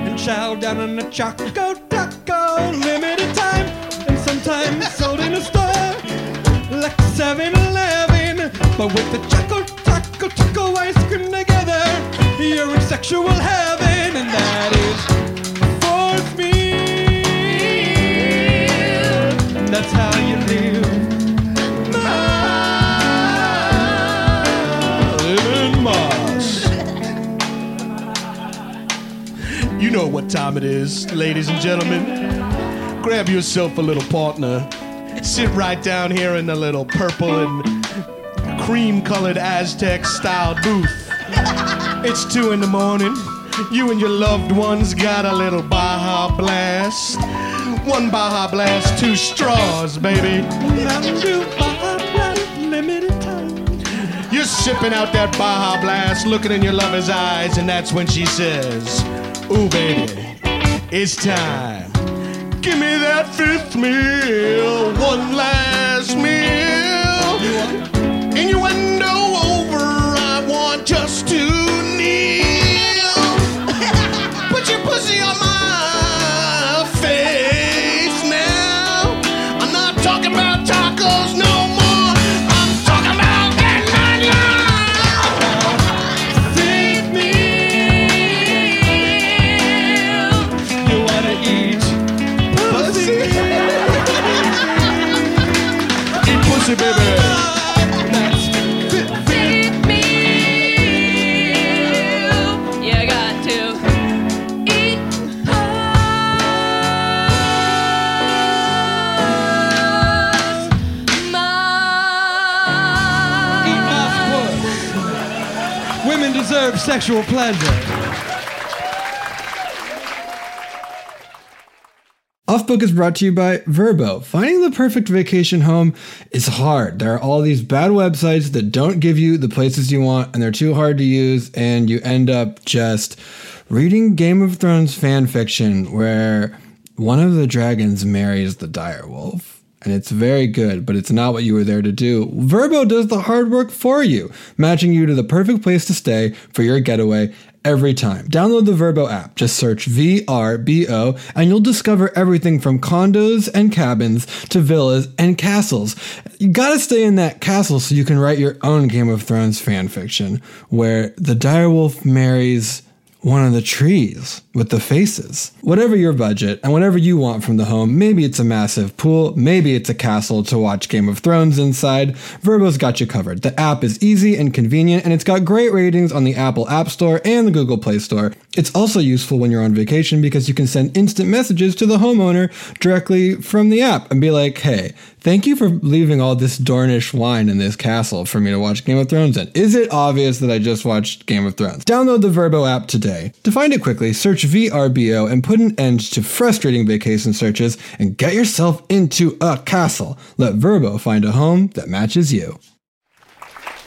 Speaker 2: and chow down on a choco taco. Limited time, and sometimes sold in a store like 7 Eleven. But with the choco taco, choco ice cream together, you're in sexual heaven, and that is fourth meal. That's how you live.
Speaker 8: Living Mars. You know what time it is, ladies and gentlemen. Grab yourself a little partner. Sit right down here in the little purple and cream colored Aztec style booth. It's two in the morning. You and your loved ones got a little Baja Blast. One Baja Blast, two straws, baby.
Speaker 2: Mountain Dew, Baja Blast, limited time.
Speaker 8: You're sipping out that Baja Blast, looking in your lover's eyes, and that's when she says, Ooh, baby, it's time. Give me that fifth meal, one last meal. Innuendo over, I want just to kneel. *laughs* Put your pussy on my face now. I'm not talking about tacos no more. I'm talking about that nine
Speaker 2: Save me. You wanna eat pussy?
Speaker 8: *laughs* Eat pussy, baby.
Speaker 2: That's fit, fit.
Speaker 4: Eat me. You got to eat us.
Speaker 2: Eat us puss. Women deserve sexual pleasure.
Speaker 10: Off Book is brought to you by Verbo. Finding the perfect vacation home is hard. There are all these bad websites that don't give you the places you want and they're too hard to use, and you end up just reading Game of Thrones fan fiction where one of the dragons marries the direwolf. And it's very good, but it's not what you were there to do. Verbo does the hard work for you, matching you to the perfect place to stay for your getaway every time. Download the Verbo app. Just search V R B O, and you'll discover everything from condos and cabins to villas and castles. You gotta stay in that castle so you can write your own Game of Thrones fan fiction, where the direwolf marries one of the trees with the faces. Whatever your budget and whatever you want from the home, maybe it's a massive pool, maybe it's a castle to watch Game of Thrones inside, Verbo's got you covered. The app is easy and convenient, and it's got great ratings on the Apple App Store and the Google Play Store. It's also useful when you're on vacation because you can send instant messages to the homeowner directly from the app and be like, hey, Thank you for leaving all this Dornish wine in this castle for me to watch Game of Thrones in. Is it obvious that I just watched Game of Thrones? Download the Verbo app today. To find it quickly, search VRBO and put an end to frustrating vacation searches and get yourself into a castle. Let Verbo find a home that matches you.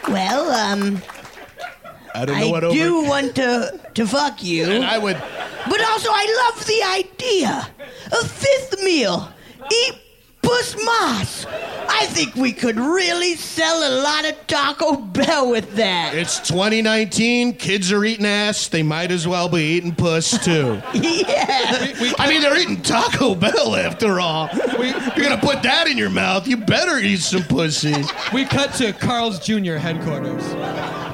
Speaker 6: Well, um,
Speaker 8: I don't know
Speaker 6: I
Speaker 8: what over.
Speaker 6: do want to to fuck you,
Speaker 8: And I would.
Speaker 6: but also I love the idea. A fifth meal, eat puss moss. I think we could really sell a lot of Taco Bell with that. *laughs*
Speaker 8: It's 2019. Kids are eating ass. They might as well be eating puss *laughs* too.
Speaker 6: yeah.
Speaker 8: I mean, they're eating Taco Bell after all. You're gonna put that in your mouth. You better eat some pussy.
Speaker 2: We cut to Carl's Jr. headquarters.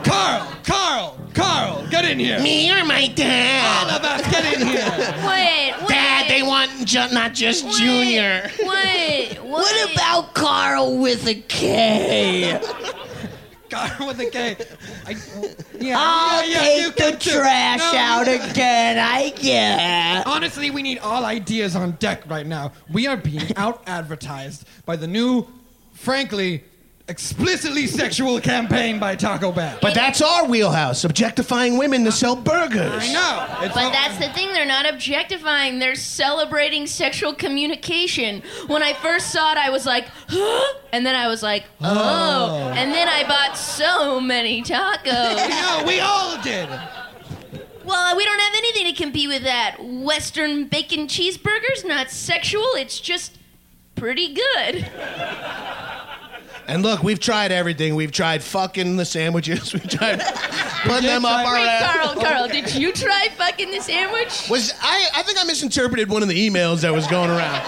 Speaker 2: Carl! Carl! Carl! Get in here!
Speaker 8: *laughs* Me or my
Speaker 2: All
Speaker 8: dad?
Speaker 2: of us, get in here!
Speaker 4: Wait, wait.
Speaker 8: Dad, they want ju- not just
Speaker 4: wait,
Speaker 8: Junior.
Speaker 4: Wait, wait.
Speaker 6: What about Carl with
Speaker 2: *laughs*
Speaker 6: a K?
Speaker 2: Carl with a K. I, yeah,
Speaker 6: I'll
Speaker 2: yeah, yeah, you
Speaker 6: take
Speaker 2: can
Speaker 6: the
Speaker 2: too.
Speaker 6: trash
Speaker 2: No,
Speaker 6: out
Speaker 2: you-
Speaker 6: again. I yeah.
Speaker 2: Honestly, we need all ideas on deck right now. We are
Speaker 4: *laughs*
Speaker 2: being out advertised by the new, frankly, explicitly sexual campaign by Taco Bell.
Speaker 8: But that's our wheelhouse: objectifying women to sell burgers.
Speaker 2: I know. It's
Speaker 4: But
Speaker 2: all-
Speaker 4: that's the thing, they're not objectifying, they're celebrating sexual communication. When I first saw it, I was like, huh? And then I was like, oh. And then I bought so many tacos. *laughs*
Speaker 2: No, we all did.
Speaker 4: well, we don't have anything to compete with that. Western bacon cheeseburgers, not sexual, it's just pretty good.
Speaker 8: And look, we've tried everything. We've tried fucking the sandwiches. *laughs* We've tried putting them up our
Speaker 4: Wait, *laughs*
Speaker 8: ass.
Speaker 4: Carl, Carl, did you try fucking the sandwich?
Speaker 8: Was I? I think I misinterpreted one of the emails that was going around.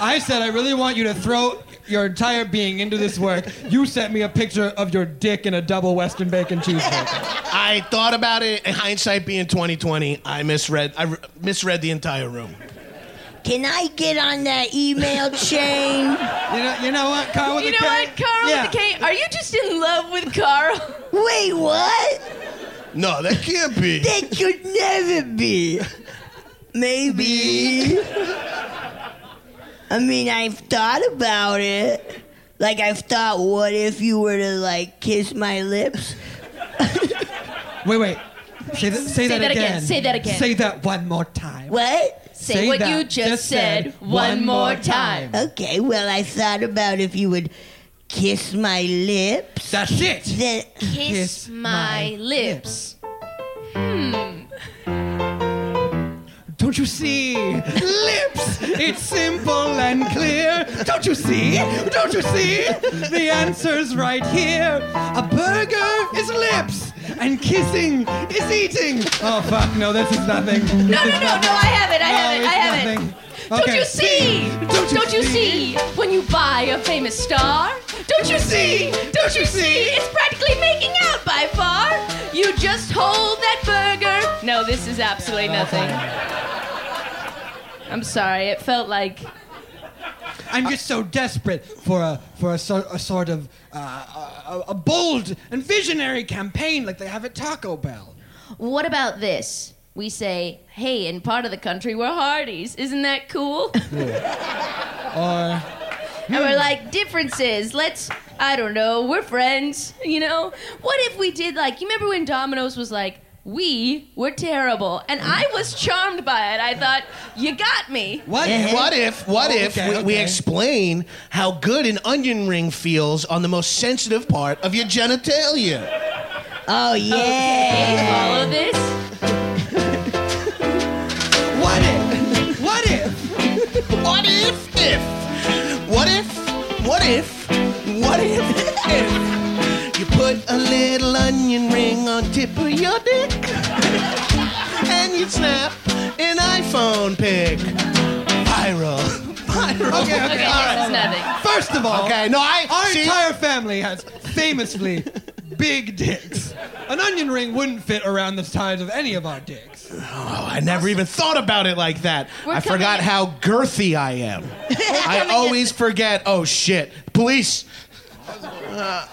Speaker 2: I said I really want you to throw your entire being into this work. You sent me a picture of your dick in a double Western bacon cheeseburger.
Speaker 8: I thought about it. In hindsight being 2020, I misread. I re- misread the entire room.
Speaker 6: Can I get on that email
Speaker 2: *laughs*
Speaker 6: chain?
Speaker 2: You know, you know what, Carl with
Speaker 4: You
Speaker 2: a
Speaker 4: know
Speaker 2: K?
Speaker 4: what, Carl
Speaker 2: yeah.
Speaker 4: with the K? Are you just in love with Carl?
Speaker 6: Wait, what?
Speaker 8: No, that can't
Speaker 2: *laughs*
Speaker 8: be.
Speaker 6: That could never be. Maybe. I mean, I've thought about it. Like, I've thought, what if you were to, like, kiss my lips?
Speaker 2: Wait, wait. Say, th- say, that,
Speaker 4: that again.
Speaker 2: again.
Speaker 4: Say that again.
Speaker 2: Say that one more time.
Speaker 6: What?
Speaker 4: Say, what
Speaker 2: that.
Speaker 4: you just, said, one more time.
Speaker 6: Okay, well, I thought about if you would kiss my lips.
Speaker 2: That's it.
Speaker 6: Then,
Speaker 4: Kiss my lips.
Speaker 2: Hmm. Don't you see? Lips. It's simple and clear. Don't you see? Don't you see? The answer's right here. A burger is lips. And kissing is eating. Oh fuck! No, this is nothing.
Speaker 4: No, no, no, no, I have it, I have it, I have it. Don't you see?
Speaker 2: Don't you
Speaker 4: see? When you buy a famous star? Don't you see? Don't you see? It's practically making out by far. You just hold that burger. No, this is absolutely nothing. I'm sorry, it felt like.
Speaker 2: I'm just so desperate for a for a, so, a sort of uh, a, a bold and visionary campaign like they have at Taco Bell.
Speaker 4: What about this? We say, hey, in part of the country, we're Hardee's. Isn't that cool?
Speaker 2: Or
Speaker 4: and we're like differences. Let's I don't know. We're friends, you know. What if we did like you remember when Domino's was like we were terrible and I was charmed by it. I thought you got me.
Speaker 2: what?
Speaker 8: What if? What
Speaker 2: Oh,
Speaker 8: if
Speaker 2: okay,
Speaker 8: we, we
Speaker 2: okay.
Speaker 8: explain how good an onion ring feels on the most sensitive part of your genitalia?
Speaker 6: oh, yeah.
Speaker 4: Follow this.
Speaker 2: What if? What if?
Speaker 8: What if? If? What if? What if? What if? If you put a little onion ring on tip of your dick and you snap an iPhone pic, viral, viral.
Speaker 2: Okay, okay,
Speaker 4: Okay,
Speaker 2: all
Speaker 4: this
Speaker 2: right.
Speaker 4: is nothing.
Speaker 2: First of all,
Speaker 8: Okay, no, I
Speaker 2: our
Speaker 8: see,
Speaker 2: entire family has famously big dicks. An onion ring wouldn't fit around the size of any of our dicks.
Speaker 8: Oh, I never even thought about it like that.
Speaker 4: We're
Speaker 8: I
Speaker 4: coming
Speaker 8: forgot
Speaker 4: in-
Speaker 8: how girthy
Speaker 4: *laughs*
Speaker 8: I am. I always forget. Oh shit!
Speaker 4: *laughs*
Speaker 8: Police. Uh,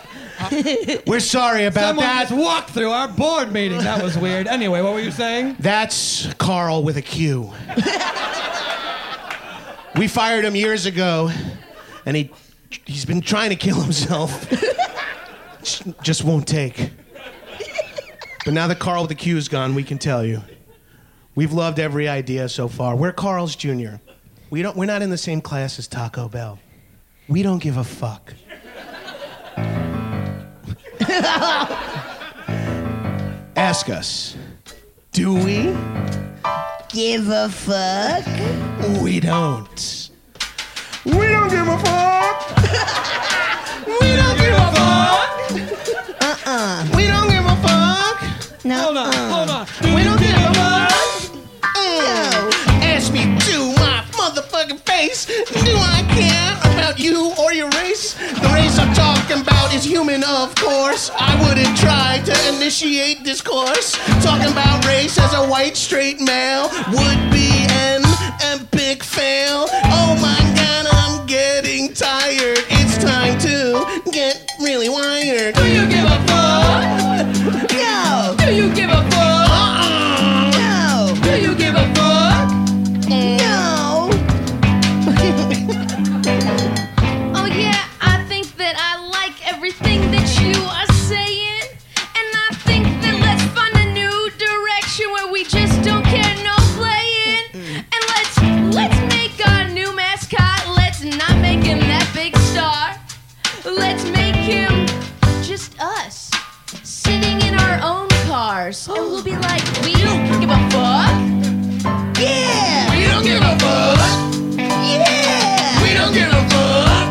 Speaker 8: we're sorry about
Speaker 2: Someone
Speaker 8: that.
Speaker 2: just walked through our board meeting. That was weird. Anyway, what were you saying?
Speaker 8: That's Carl with a Q. we fired him years ago, and he he's been trying to kill himself. Just won't take. But now that Carl with the Q is gone, we can tell you, we've loved every idea so far. We're Carl's Jr. We don't. We're not in the same class as Taco Bell. We don't give a fuck. Ask us. Do we?
Speaker 6: Give a fuck.
Speaker 8: We don't. We don't give a fuck. we don't give a fuck. Uh-uh. We don't give a fuck.
Speaker 6: No.
Speaker 2: Hold on, hold on.
Speaker 8: We don't give a fuck. Mm. Ask me to my motherfucking face. Do I care about you or your race? The race I'm talking about is human, of course. I wouldn't try to initiate discourse. Talking about race as a white straight male would be an epic fail. Oh my god, I'm getting tired. It's time to get really wired. Do you give a fuck? Yo!
Speaker 6: Do you give a fuck?
Speaker 8: Uh-uh.
Speaker 6: No.
Speaker 8: Do you give a fuck?
Speaker 6: No.
Speaker 4: Oh yeah, I think that I like everything that you are saying. And I think that let's find a new direction where we just don't care no playing. And let's let's make our new mascot. Let's not make him that big star. Let's make him just us. Sitting in our own cars. And we'll be like, we don't give a fuck.
Speaker 6: Yeah.
Speaker 8: We don't give a fuck.
Speaker 6: Yeah.
Speaker 8: We don't give a fuck.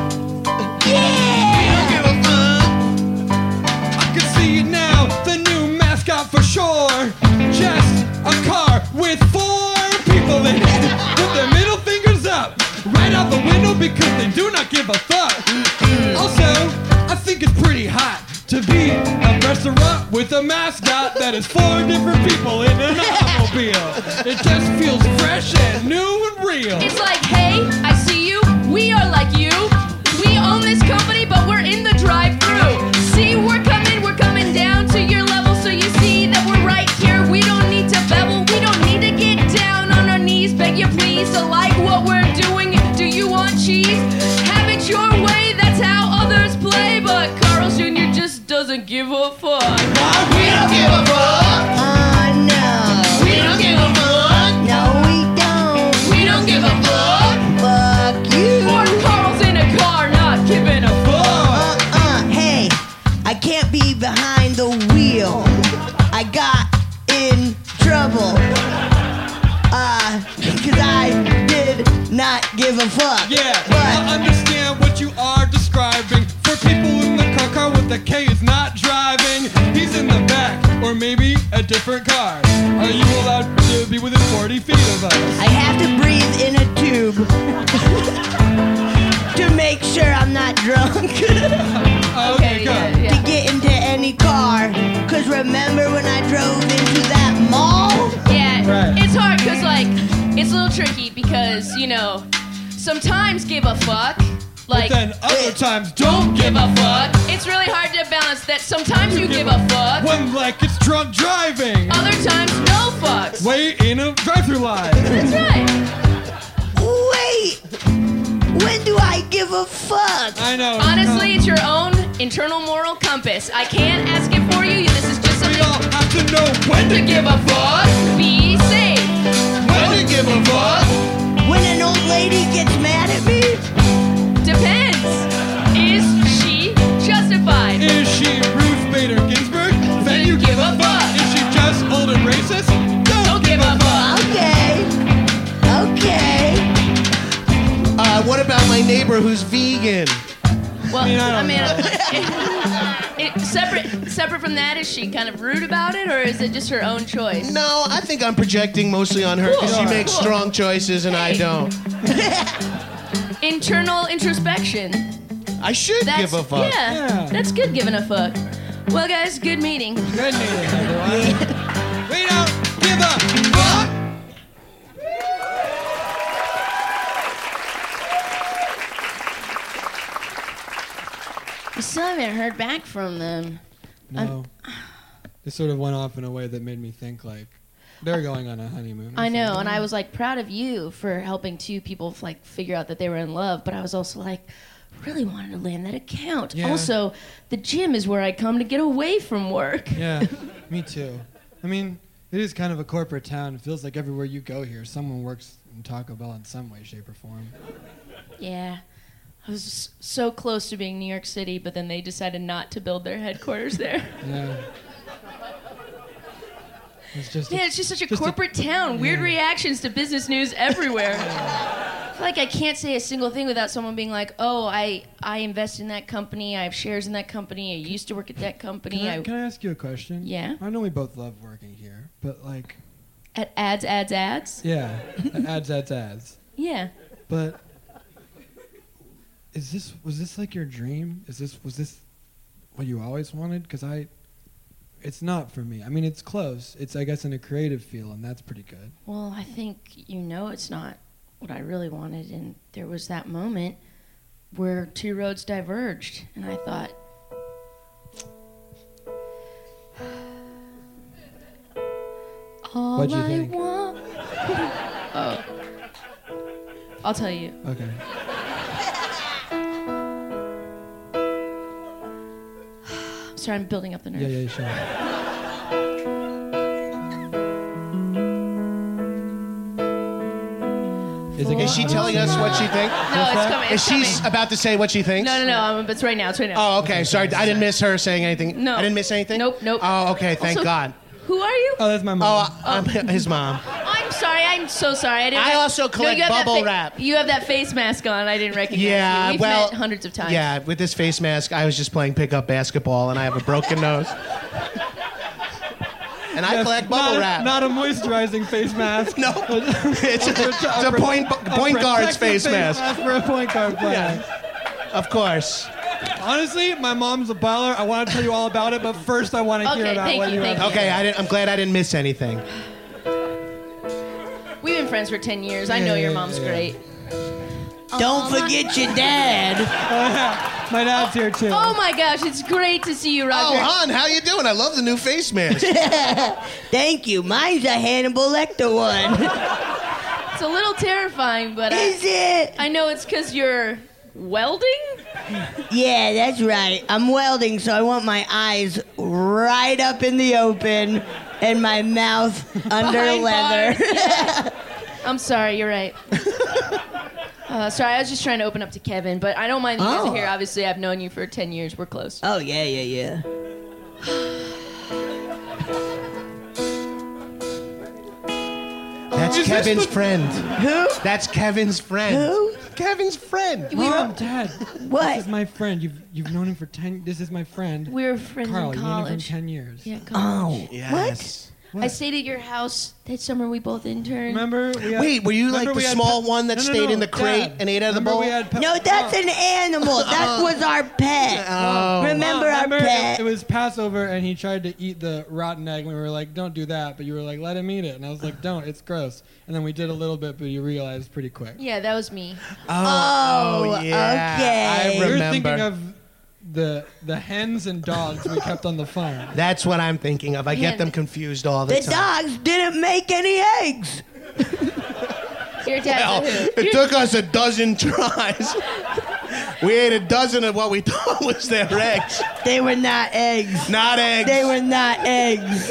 Speaker 8: We
Speaker 6: Yeah.
Speaker 8: don't give a fuck.
Speaker 2: I can see now the new mascot for sure. Just a car with four people in it. With their middle fingers up, right out the window because they do not give a fuck. Also, I think it's pretty hot to be a restaurant with a mascot that is four different people in an automobile. It just feels fresh and new and real.
Speaker 4: It's like, hey, I see you. We are like you. We own this company, but we're in the drive-through. See, we're coming, we're coming down to your level, so you see that we're right here. We don't need to bevel, we don't need to get down on our knees. Beg you please to like what we're doing. Do you want cheese? Have it your way. That's how others play, but Carl Jr. just doesn't give a fuck.
Speaker 8: We don't give a fuck.
Speaker 6: Oh no.
Speaker 8: We don't give a fuck.
Speaker 6: No, we don't.
Speaker 8: We don't give a fuck.
Speaker 6: Fuck you.
Speaker 4: Or Carl's in a car, not giving a fuck.
Speaker 6: Uh-uh. Hey, I can't be behind the wheel. I got in trouble. Uh, because I did not give a fuck.
Speaker 2: Yeah, I
Speaker 6: But
Speaker 2: understand what you are describing. For people in the car, car with the K is not driving. He's in the back, or maybe a different car. Are you allowed to be within 40 feet of us?
Speaker 6: I have to breathe in a tube *laughs* to make sure I'm not drunk *laughs* to
Speaker 2: Okay, good.
Speaker 6: get into any car. Cause remember when I drove into that mall?
Speaker 4: Yeah,
Speaker 2: Right.
Speaker 4: it's hard because, like, it's a little tricky because, you know, sometimes give a fuck. Like,
Speaker 2: Then other times, don't
Speaker 4: give
Speaker 2: give
Speaker 4: a
Speaker 2: up.
Speaker 4: fuck. It's really hard to balance that sometimes you give a fuck,
Speaker 2: When like it's drunk driving.
Speaker 4: other times, no fucks.
Speaker 2: Way in a drive-through line.
Speaker 4: That's right.
Speaker 6: Wait! When do I give a fuck?
Speaker 2: I know. it's
Speaker 4: Honestly,
Speaker 2: not-
Speaker 4: it's your own internal moral compass. I can't ask it for you. This is just
Speaker 2: we
Speaker 4: something
Speaker 2: all have to know when to
Speaker 4: to give a fuck. Be safe.
Speaker 8: When to give a fuck.
Speaker 6: When an old lady gets mad at me?
Speaker 4: Depends. Is she justified?
Speaker 2: Is she Ruth Bader Ginsburg? Then you give a fuck. Is she just old and racist? Don't,
Speaker 4: Don't give a fuck.
Speaker 6: Okay. Okay.
Speaker 8: Uh, what about my neighbor who's vegan?
Speaker 4: Well,
Speaker 2: mean, I
Speaker 4: I
Speaker 2: don't
Speaker 4: mean, *laughs* it, it- separate separate from that, is she kind of rude about it, or is it just her own choice?
Speaker 8: No, I think I'm projecting mostly on her because she
Speaker 4: Cool.
Speaker 8: makes
Speaker 4: Cool.
Speaker 8: strong choices and I
Speaker 4: Hey.
Speaker 8: don't.
Speaker 4: Internal introspection.
Speaker 8: I should
Speaker 4: That's
Speaker 8: give a fuck.
Speaker 4: Yeah,
Speaker 2: Yeah.
Speaker 4: that's good. Giving a fuck. Well, guys, good meeting.
Speaker 2: Good news, everyone. *laughs* we don't give a fuck.
Speaker 4: I still haven't heard back from them.
Speaker 2: No. It sort of went off in a way that made me think like they're going on a honeymoon. or
Speaker 4: I know, and I was like proud of you for helping two people like figure out that they were in love, but I was also like really wanted to land that account.
Speaker 2: Yeah.
Speaker 4: Also, the gym is where I come to get away from work.
Speaker 2: something. Yeah, *laughs* me too. I mean, it is kind of a corporate town. It feels like everywhere you go here, someone works in Taco Bell in some way, shape, or form.
Speaker 4: Yeah. I was s- so close to being New York City, but then they decided not to build their headquarters there.
Speaker 2: Yeah. It's just.
Speaker 4: *laughs* yeah, it's just such a
Speaker 2: Just a-
Speaker 4: corporate town. Weird reactions to business news everywhere. *laughs* like I can't say a single thing without someone being like, "Oh, I I invest in that company. I have shares in that company. I used to work at that company.
Speaker 2: Can I,
Speaker 4: I,
Speaker 2: can I ask you a question?
Speaker 4: Yeah.
Speaker 2: I know we both love working here, but like,
Speaker 4: at ads, ads, ads."
Speaker 2: yeah, *laughs* ads, ads, ads.
Speaker 4: Yeah.
Speaker 2: But is this was this like your dream? Is this was this what you always wanted? Because I, it's not for me. I mean, it's close. It's I guess in a creative field, and that's pretty good.
Speaker 4: Well, I think you know it's not what I really wanted, and there was that moment where two roads diverged, and I thought. All
Speaker 2: What'd you
Speaker 4: I
Speaker 2: think?
Speaker 4: want. *laughs* oh. I'll tell you.
Speaker 2: Okay.
Speaker 4: Sorry, I'm building up the nerve.
Speaker 2: Yeah, yeah, sure. Is, it
Speaker 8: Is she
Speaker 2: gonna-
Speaker 8: telling us what she thinks?
Speaker 4: No, it's coming.
Speaker 8: Is
Speaker 4: It's
Speaker 8: she
Speaker 4: coming.
Speaker 8: about to say what she thinks?
Speaker 4: No, no, no. I'm, it's right now. It's right now.
Speaker 8: Oh, okay. Sorry, I didn't miss her saying anything.
Speaker 4: No.
Speaker 8: I didn't miss anything.
Speaker 4: Nope, nope.
Speaker 8: Oh, okay. Thank
Speaker 4: Also-
Speaker 8: God.
Speaker 4: Who are you?
Speaker 2: Oh, that's my
Speaker 8: Oh,
Speaker 2: mom.
Speaker 8: I- I'm *laughs*
Speaker 4: *laughs*
Speaker 8: his mom.
Speaker 4: I'm sorry. I'm so sorry. I didn't.
Speaker 8: I also collect
Speaker 4: you have that
Speaker 8: bubble wrap.
Speaker 4: You have that face mask on. I didn't recognize
Speaker 8: Yeah.
Speaker 4: you. We've
Speaker 8: well,
Speaker 4: met hundreds of times.
Speaker 8: Yeah. With this face mask, I was just playing pickup basketball, and I have
Speaker 4: *laughs*
Speaker 8: a broken nose. And I collect
Speaker 2: not,
Speaker 8: bubble
Speaker 2: a-
Speaker 8: wrap.
Speaker 2: Not a moisturizing face mask.
Speaker 8: *laughs* no,
Speaker 2: *laughs*
Speaker 8: it's a, it's a point point
Speaker 2: protective
Speaker 8: guard's face mask.
Speaker 2: for a point guard player.
Speaker 8: Yeah. Of course.
Speaker 2: Honestly, my mom's a baller. I want to tell you all about it, but first I want to hear
Speaker 4: Okay,
Speaker 2: about
Speaker 4: thank
Speaker 2: what
Speaker 4: you,
Speaker 2: you
Speaker 4: thank
Speaker 2: have.
Speaker 4: you.
Speaker 8: Okay, I didn't, I'm glad I didn't miss anything.
Speaker 4: We've been friends for ten years. I know your mom's great.
Speaker 6: Don't forget your dad.
Speaker 2: *laughs* My dad's here too.
Speaker 4: Oh my gosh, it's great to see you,
Speaker 8: Oh,
Speaker 4: Roger.
Speaker 8: hon, how you doing? I love the new
Speaker 4: *laughs*
Speaker 8: face mask.
Speaker 6: Thank you. Mine's a Hannibal Lecter one. *laughs*
Speaker 4: It's a little terrifying, but
Speaker 6: Is
Speaker 4: I,
Speaker 6: it?
Speaker 4: I know it's because you're welding.
Speaker 6: Yeah, that's right. I'm welding, so I want my eyes right up in the open and my mouth
Speaker 8: *laughs*
Speaker 6: under
Speaker 4: Behind
Speaker 6: leather.
Speaker 4: bars. I'm sorry. You're
Speaker 8: *laughs*
Speaker 4: right. Uh, sorry, I was just trying to open up to Kevin, but I don't mind that you guys
Speaker 6: Oh.
Speaker 4: are here. Obviously, I've known you for ten years. We're close.
Speaker 6: *laughs* oh, yeah, yeah, yeah.
Speaker 8: That's Kevin's friend. Who? That's Kevin's friend.
Speaker 6: Who?
Speaker 8: Kevin's friend.
Speaker 2: Mom, Dad, this
Speaker 6: What?
Speaker 2: is my friend. You've you've known him for ten. This is my friend.
Speaker 4: We were friends
Speaker 2: Carl,
Speaker 4: in
Speaker 2: you've known him for
Speaker 4: college.
Speaker 2: ten years.
Speaker 4: Yeah, college.
Speaker 6: Oh,
Speaker 8: Yes.
Speaker 4: I stayed at your house that summer we both interned.
Speaker 2: Remember? We had,
Speaker 8: Wait, were you like
Speaker 2: remember
Speaker 8: the
Speaker 2: we had
Speaker 8: small
Speaker 2: pe-
Speaker 8: one that
Speaker 2: No, no,
Speaker 8: stayed
Speaker 2: no,
Speaker 8: in the crate
Speaker 2: Dad.
Speaker 8: and ate out of the
Speaker 2: Remember
Speaker 8: bowl?
Speaker 2: we had pe-
Speaker 6: what? No, that's
Speaker 2: Mom,
Speaker 6: an
Speaker 8: *laughs*
Speaker 6: animal.
Speaker 8: Oh.
Speaker 6: That was our pet.
Speaker 8: uh,
Speaker 6: Remember
Speaker 2: Mom,
Speaker 6: our
Speaker 2: remember
Speaker 6: pet?
Speaker 2: It, it was Passover, and he tried to eat the rotten egg. And we were like, "Don't do that," but you were like, "Let him eat it," and I was like, "Don't, it's gross." And then we did a little bit, but you realized pretty quick.
Speaker 4: Yeah, that was me.
Speaker 8: Oh,
Speaker 6: Oh,
Speaker 8: yeah.
Speaker 6: okay.
Speaker 8: I
Speaker 6: You're
Speaker 2: You're
Speaker 8: remember.
Speaker 2: thinking of the the hens and dogs we kept on the farm.
Speaker 8: That's what I'm thinking of. I
Speaker 4: Yeah.
Speaker 8: get them confused all the,
Speaker 6: the
Speaker 8: time.
Speaker 6: dogs didn't make any eggs.
Speaker 4: Your dad's a who?
Speaker 8: Oh, It took us a dozen *laughs* tries. we ate a dozen of what we *laughs* thought was their eggs.
Speaker 6: They were not eggs.
Speaker 8: Not eggs.
Speaker 6: They were not eggs.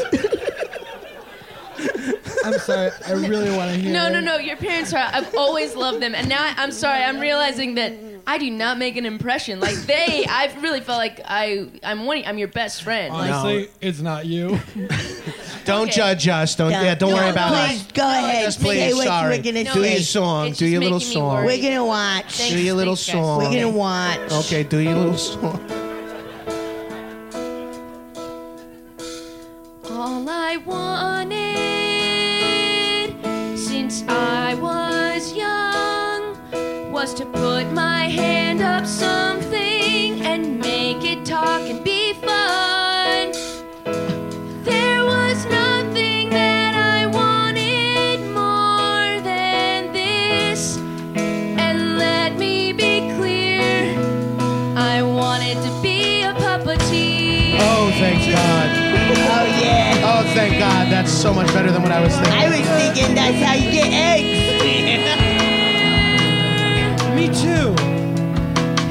Speaker 2: I'm sorry, I really want to hear.
Speaker 4: No,
Speaker 2: it.
Speaker 4: no, no. Your parents are. I've always loved them, and now I, I'm sorry. I'm realizing that I do not make an impression. Like they, I really felt like I, I'm one. I'm your best friend. Like,
Speaker 2: Honestly, it's not you.
Speaker 8: Don't
Speaker 4: Okay.
Speaker 8: judge us. Don't, yeah, don't worry
Speaker 6: No,
Speaker 8: about
Speaker 6: please,
Speaker 8: us.
Speaker 6: Go ahead.
Speaker 8: Yes,
Speaker 6: Say
Speaker 8: please.
Speaker 6: what
Speaker 8: Sorry.
Speaker 6: we're gonna
Speaker 4: No,
Speaker 8: do
Speaker 6: say.
Speaker 8: your song.
Speaker 4: it's
Speaker 8: Do
Speaker 4: just
Speaker 8: your little
Speaker 4: making me
Speaker 8: song.
Speaker 4: worry.
Speaker 6: We're gonna watch.
Speaker 4: Thanks,
Speaker 8: Do your little
Speaker 4: thanks, guys.
Speaker 8: song.
Speaker 6: We're gonna watch.
Speaker 8: Okay, do your little song.
Speaker 4: All I wanted since I was young was to put my hand up something and make it talk and be fun. There was nothing that I wanted more than this. And let me be clear I wanted to be a puppeteer.
Speaker 8: Oh, thank God.
Speaker 6: Oh yeah.
Speaker 8: Oh, thank God. That's so much better than what I was thinking.
Speaker 6: I was thinking that's how you get eggs.
Speaker 2: Me too.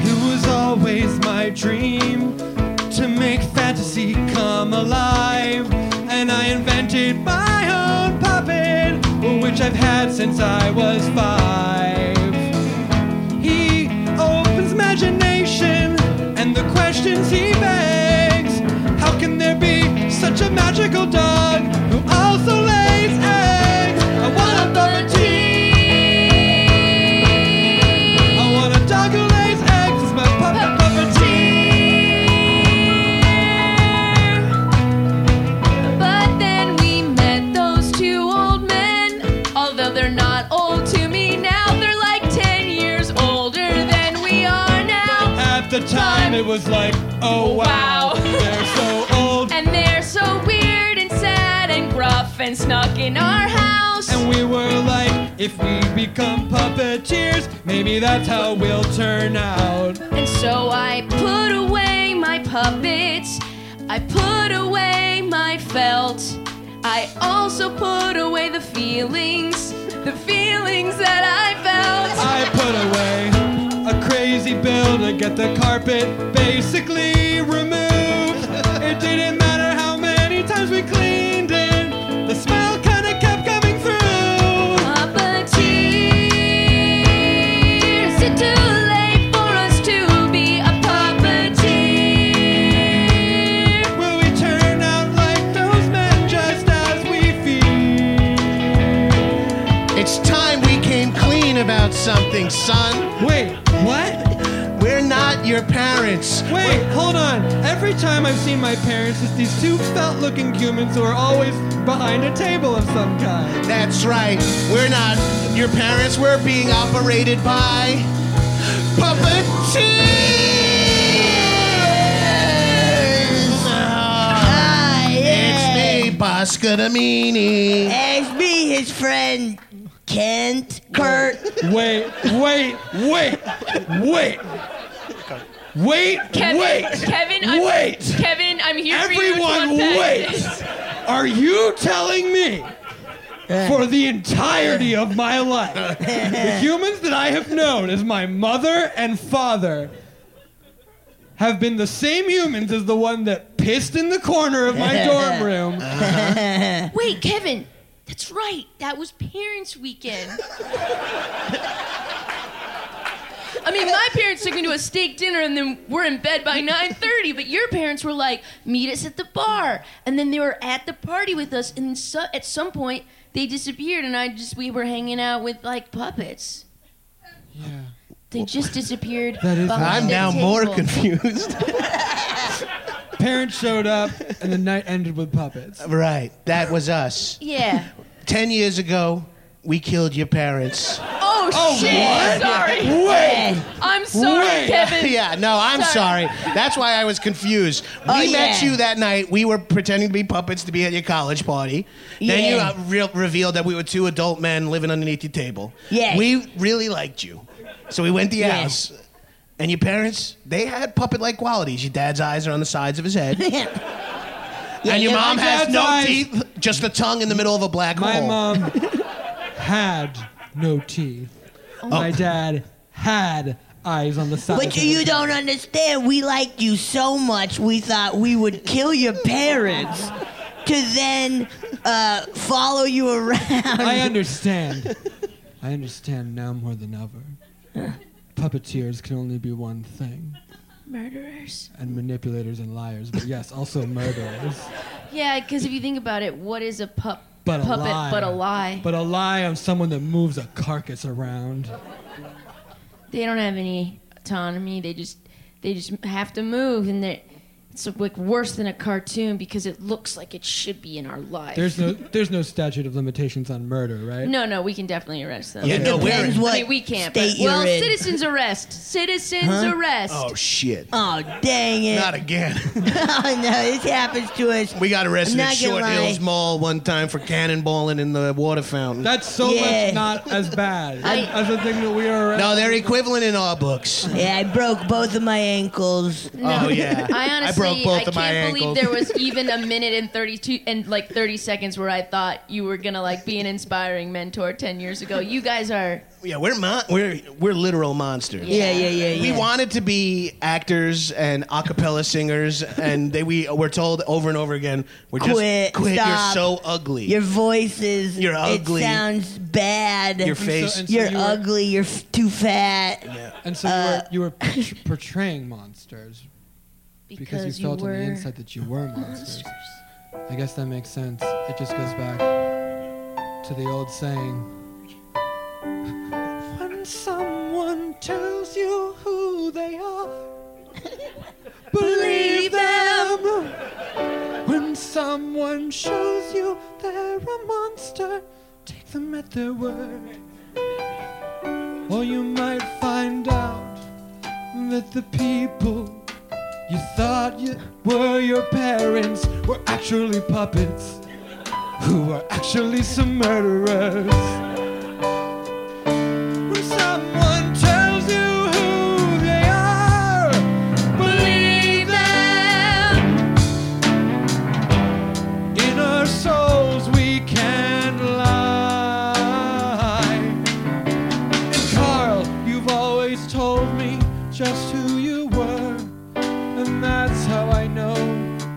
Speaker 2: It was always my dream to make fantasy come alive. And I invented my own puppet, which I've had since I was five. He opens imagination, and the questions he begs How can there be such a magical dog who also lays eggs? I want a puppeteer. it was like, oh wow,
Speaker 4: Wow.
Speaker 2: *laughs* they're so
Speaker 4: *laughs*
Speaker 2: old.
Speaker 4: And they're so weird and sad and gruff and snuck in our house.
Speaker 2: And we were like, if we become puppeteers, maybe that's how we'll turn out.
Speaker 4: And so I put away my puppets. I put away my felt. I also put away the feelings, the feelings that I felt.
Speaker 2: I put away a crazy bill to get the carpet basically removed. It didn't matter how many times we cleaned it, the smell kinda kept coming through.
Speaker 4: Puppeteers, is it too late for us to be a puppeteer?
Speaker 2: Will we turn out like those men just as we feel?
Speaker 8: It's time we came clean about something, son.
Speaker 2: Wait, what?
Speaker 8: We're not your parents.
Speaker 2: Wait, hold on. Every time I've seen my parents, it's these two felt looking humans who are always behind a table of some kind.
Speaker 8: That's right. We're not your parents. We're being operated by puppeteers.
Speaker 6: Ah, yeah.
Speaker 8: It's me, Boscodamini.
Speaker 6: It's me, his friend Kent, Kurt.
Speaker 2: Wait, wait, wait, wait. Wait,
Speaker 4: Kevin,
Speaker 2: wait.
Speaker 4: Kevin, I'm,
Speaker 2: wait.
Speaker 4: Kevin, I'm here for
Speaker 2: Everyone,
Speaker 4: you. to unpack
Speaker 2: wait.
Speaker 4: this.
Speaker 2: Are you telling me for the entirety of my life,
Speaker 4: *laughs*
Speaker 2: the humans that I have known as my mother and father have been the same humans as the one that pissed in the corner of
Speaker 4: *laughs*
Speaker 2: my dorm room?
Speaker 4: Wait, Kevin, that's right. That was Parents Weekend. I mean, my parents took me to a steak dinner, and then we're in bed by 9:30. But your parents were like, "Meet us at the bar," and then they were at the party with us. And so, at some point, they disappeared, and I just we were hanging out with like puppets. Yeah. They just disappeared. That is
Speaker 8: I'm now more confused. *laughs*
Speaker 2: Parents showed up, and the night ended with puppets.
Speaker 8: right. That was us.
Speaker 4: Yeah.
Speaker 8: Ten years ago, we killed your parents.
Speaker 4: Oh, shit! Sorry.
Speaker 2: Wait,
Speaker 4: I'm sorry,
Speaker 2: Wait.
Speaker 4: Kevin.
Speaker 8: *laughs* Yeah, no, I'm sorry.
Speaker 4: Sorry.
Speaker 8: That's why I was confused. We
Speaker 6: Oh,
Speaker 8: met
Speaker 6: yeah.
Speaker 8: you that night. We were pretending to be puppets to be at your college party. Then you
Speaker 6: Yeah.
Speaker 8: uh, re- revealed that we were two adult men living underneath your table.
Speaker 6: Yeah.
Speaker 8: We really liked you. So we went to your
Speaker 6: Yeah.
Speaker 8: house. And your parents, they had puppet like qualities. Your dad's eyes are on the sides of his head. and your
Speaker 6: yeah,
Speaker 8: mom
Speaker 2: my
Speaker 8: has
Speaker 2: dad's
Speaker 8: no
Speaker 2: eyes-
Speaker 8: teeth, just a tongue in the middle of a black
Speaker 4: Oh.
Speaker 2: my
Speaker 8: hole.
Speaker 2: mom
Speaker 4: *laughs*
Speaker 2: had no teeth.
Speaker 4: Oh
Speaker 2: My dad had eyes on the side.
Speaker 6: But you don't understand. We liked you so much, we thought we would kill your parents to then uh, follow you around.
Speaker 2: I understand. I understand now more than ever. Puppeteers can only be one thing,
Speaker 4: Murderers.
Speaker 2: and manipulators and liars, but yes, also murderers.
Speaker 4: Yeah, because if you think about it, what is a pup?
Speaker 2: But a
Speaker 4: puppet,
Speaker 2: lie.
Speaker 4: but a lie.
Speaker 2: But a lie on someone that moves a carcass around.
Speaker 4: they don't have any autonomy. They just they just have to move, and they it's like worse than a cartoon because it looks like it should be in our lives.
Speaker 2: There's no, there's no statute of limitations on murder, right?
Speaker 4: no, no, we can definitely arrest them.
Speaker 8: Yeah, no, we're
Speaker 6: Depends
Speaker 8: in.
Speaker 6: what
Speaker 4: I mean, we can't.
Speaker 6: state
Speaker 4: but-
Speaker 6: you're
Speaker 4: well,
Speaker 6: in.
Speaker 4: citizens arrest. Citizens arrest.
Speaker 8: Oh, shit.
Speaker 6: Oh, dang it.
Speaker 8: Not again.
Speaker 6: *laughs*
Speaker 8: *laughs*
Speaker 6: oh, no, this happens to us.
Speaker 8: We got arrested
Speaker 6: I'm
Speaker 8: at
Speaker 6: not gonna
Speaker 8: Short
Speaker 6: lie.
Speaker 8: Hills Mall one time for cannonballing in the water fountain.
Speaker 2: That's so
Speaker 6: Yeah.
Speaker 2: much not as bad
Speaker 4: *laughs* I-
Speaker 2: as the thing that we are.
Speaker 8: no, they're equivalent in our books.
Speaker 6: Yeah, I broke both of my ankles.
Speaker 8: Oh yeah.
Speaker 4: *laughs* I honestly,
Speaker 8: broke both of
Speaker 4: can't
Speaker 8: my
Speaker 4: believe
Speaker 8: ankles.
Speaker 4: there
Speaker 8: *laughs*
Speaker 4: was even a minute and thirty-two and like thirty seconds where I thought you were gonna like be an inspiring mentor ten years ago. You guys are
Speaker 8: yeah, we're mon- we're we're literal monsters.
Speaker 6: Yeah, yeah, yeah, yeah.
Speaker 8: We wanted to be actors and a cappella singers, and they, we were told over and over again, "We're
Speaker 6: Quit,
Speaker 8: just quit.
Speaker 6: stop.
Speaker 8: You're so ugly.
Speaker 6: Your voices.
Speaker 8: You're ugly.
Speaker 6: It sounds bad.
Speaker 8: Your face.
Speaker 2: and- so
Speaker 6: You're
Speaker 2: you were-
Speaker 6: ugly. You're f- too fat.
Speaker 2: And so
Speaker 6: Uh,
Speaker 2: you were, you were portraying monsters because,
Speaker 4: because,
Speaker 2: you felt
Speaker 4: were
Speaker 2: on the inside that you were monsters. I guess that makes sense. It just goes back to the old saying. *laughs* When someone tells you who they are, believe them. When someone shows you they're a monster, take them at their word. Or you might find out that the people You thought you were your parents were actually puppets who were actually some murderers. When someone tells you who they are, believe them. In our souls we can lie. And Carl, you've always told me just who you were. And that's how I know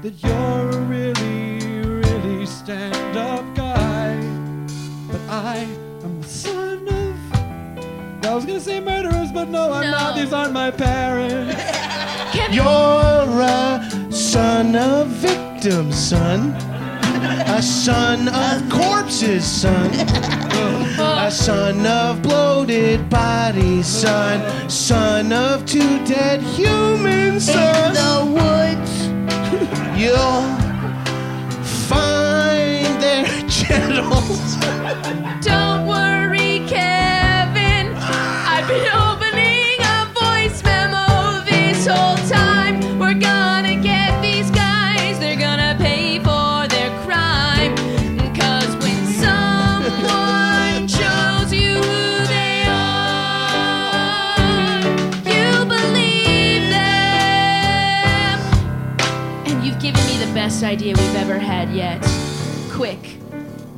Speaker 2: that you're a really, really stand up guy. But I am the son of. I was gonna say murderers, but no, I'm not.
Speaker 4: No.
Speaker 2: These aren't my parents.
Speaker 8: You're a son of victims, son. A son of corpses, son. A son of bloated bodies, son. Son of two dead humans,
Speaker 6: In
Speaker 8: son.
Speaker 6: the woods.
Speaker 8: You'll find their *laughs* genitals.
Speaker 4: Don't worry, Kevin. I've been opening a voice memo this whole time. We're gonna get these guys, they're gonna pay for their crime. Cause when someone shows you who they are, you believe them. And you've given me the best idea we've ever had yet. Quick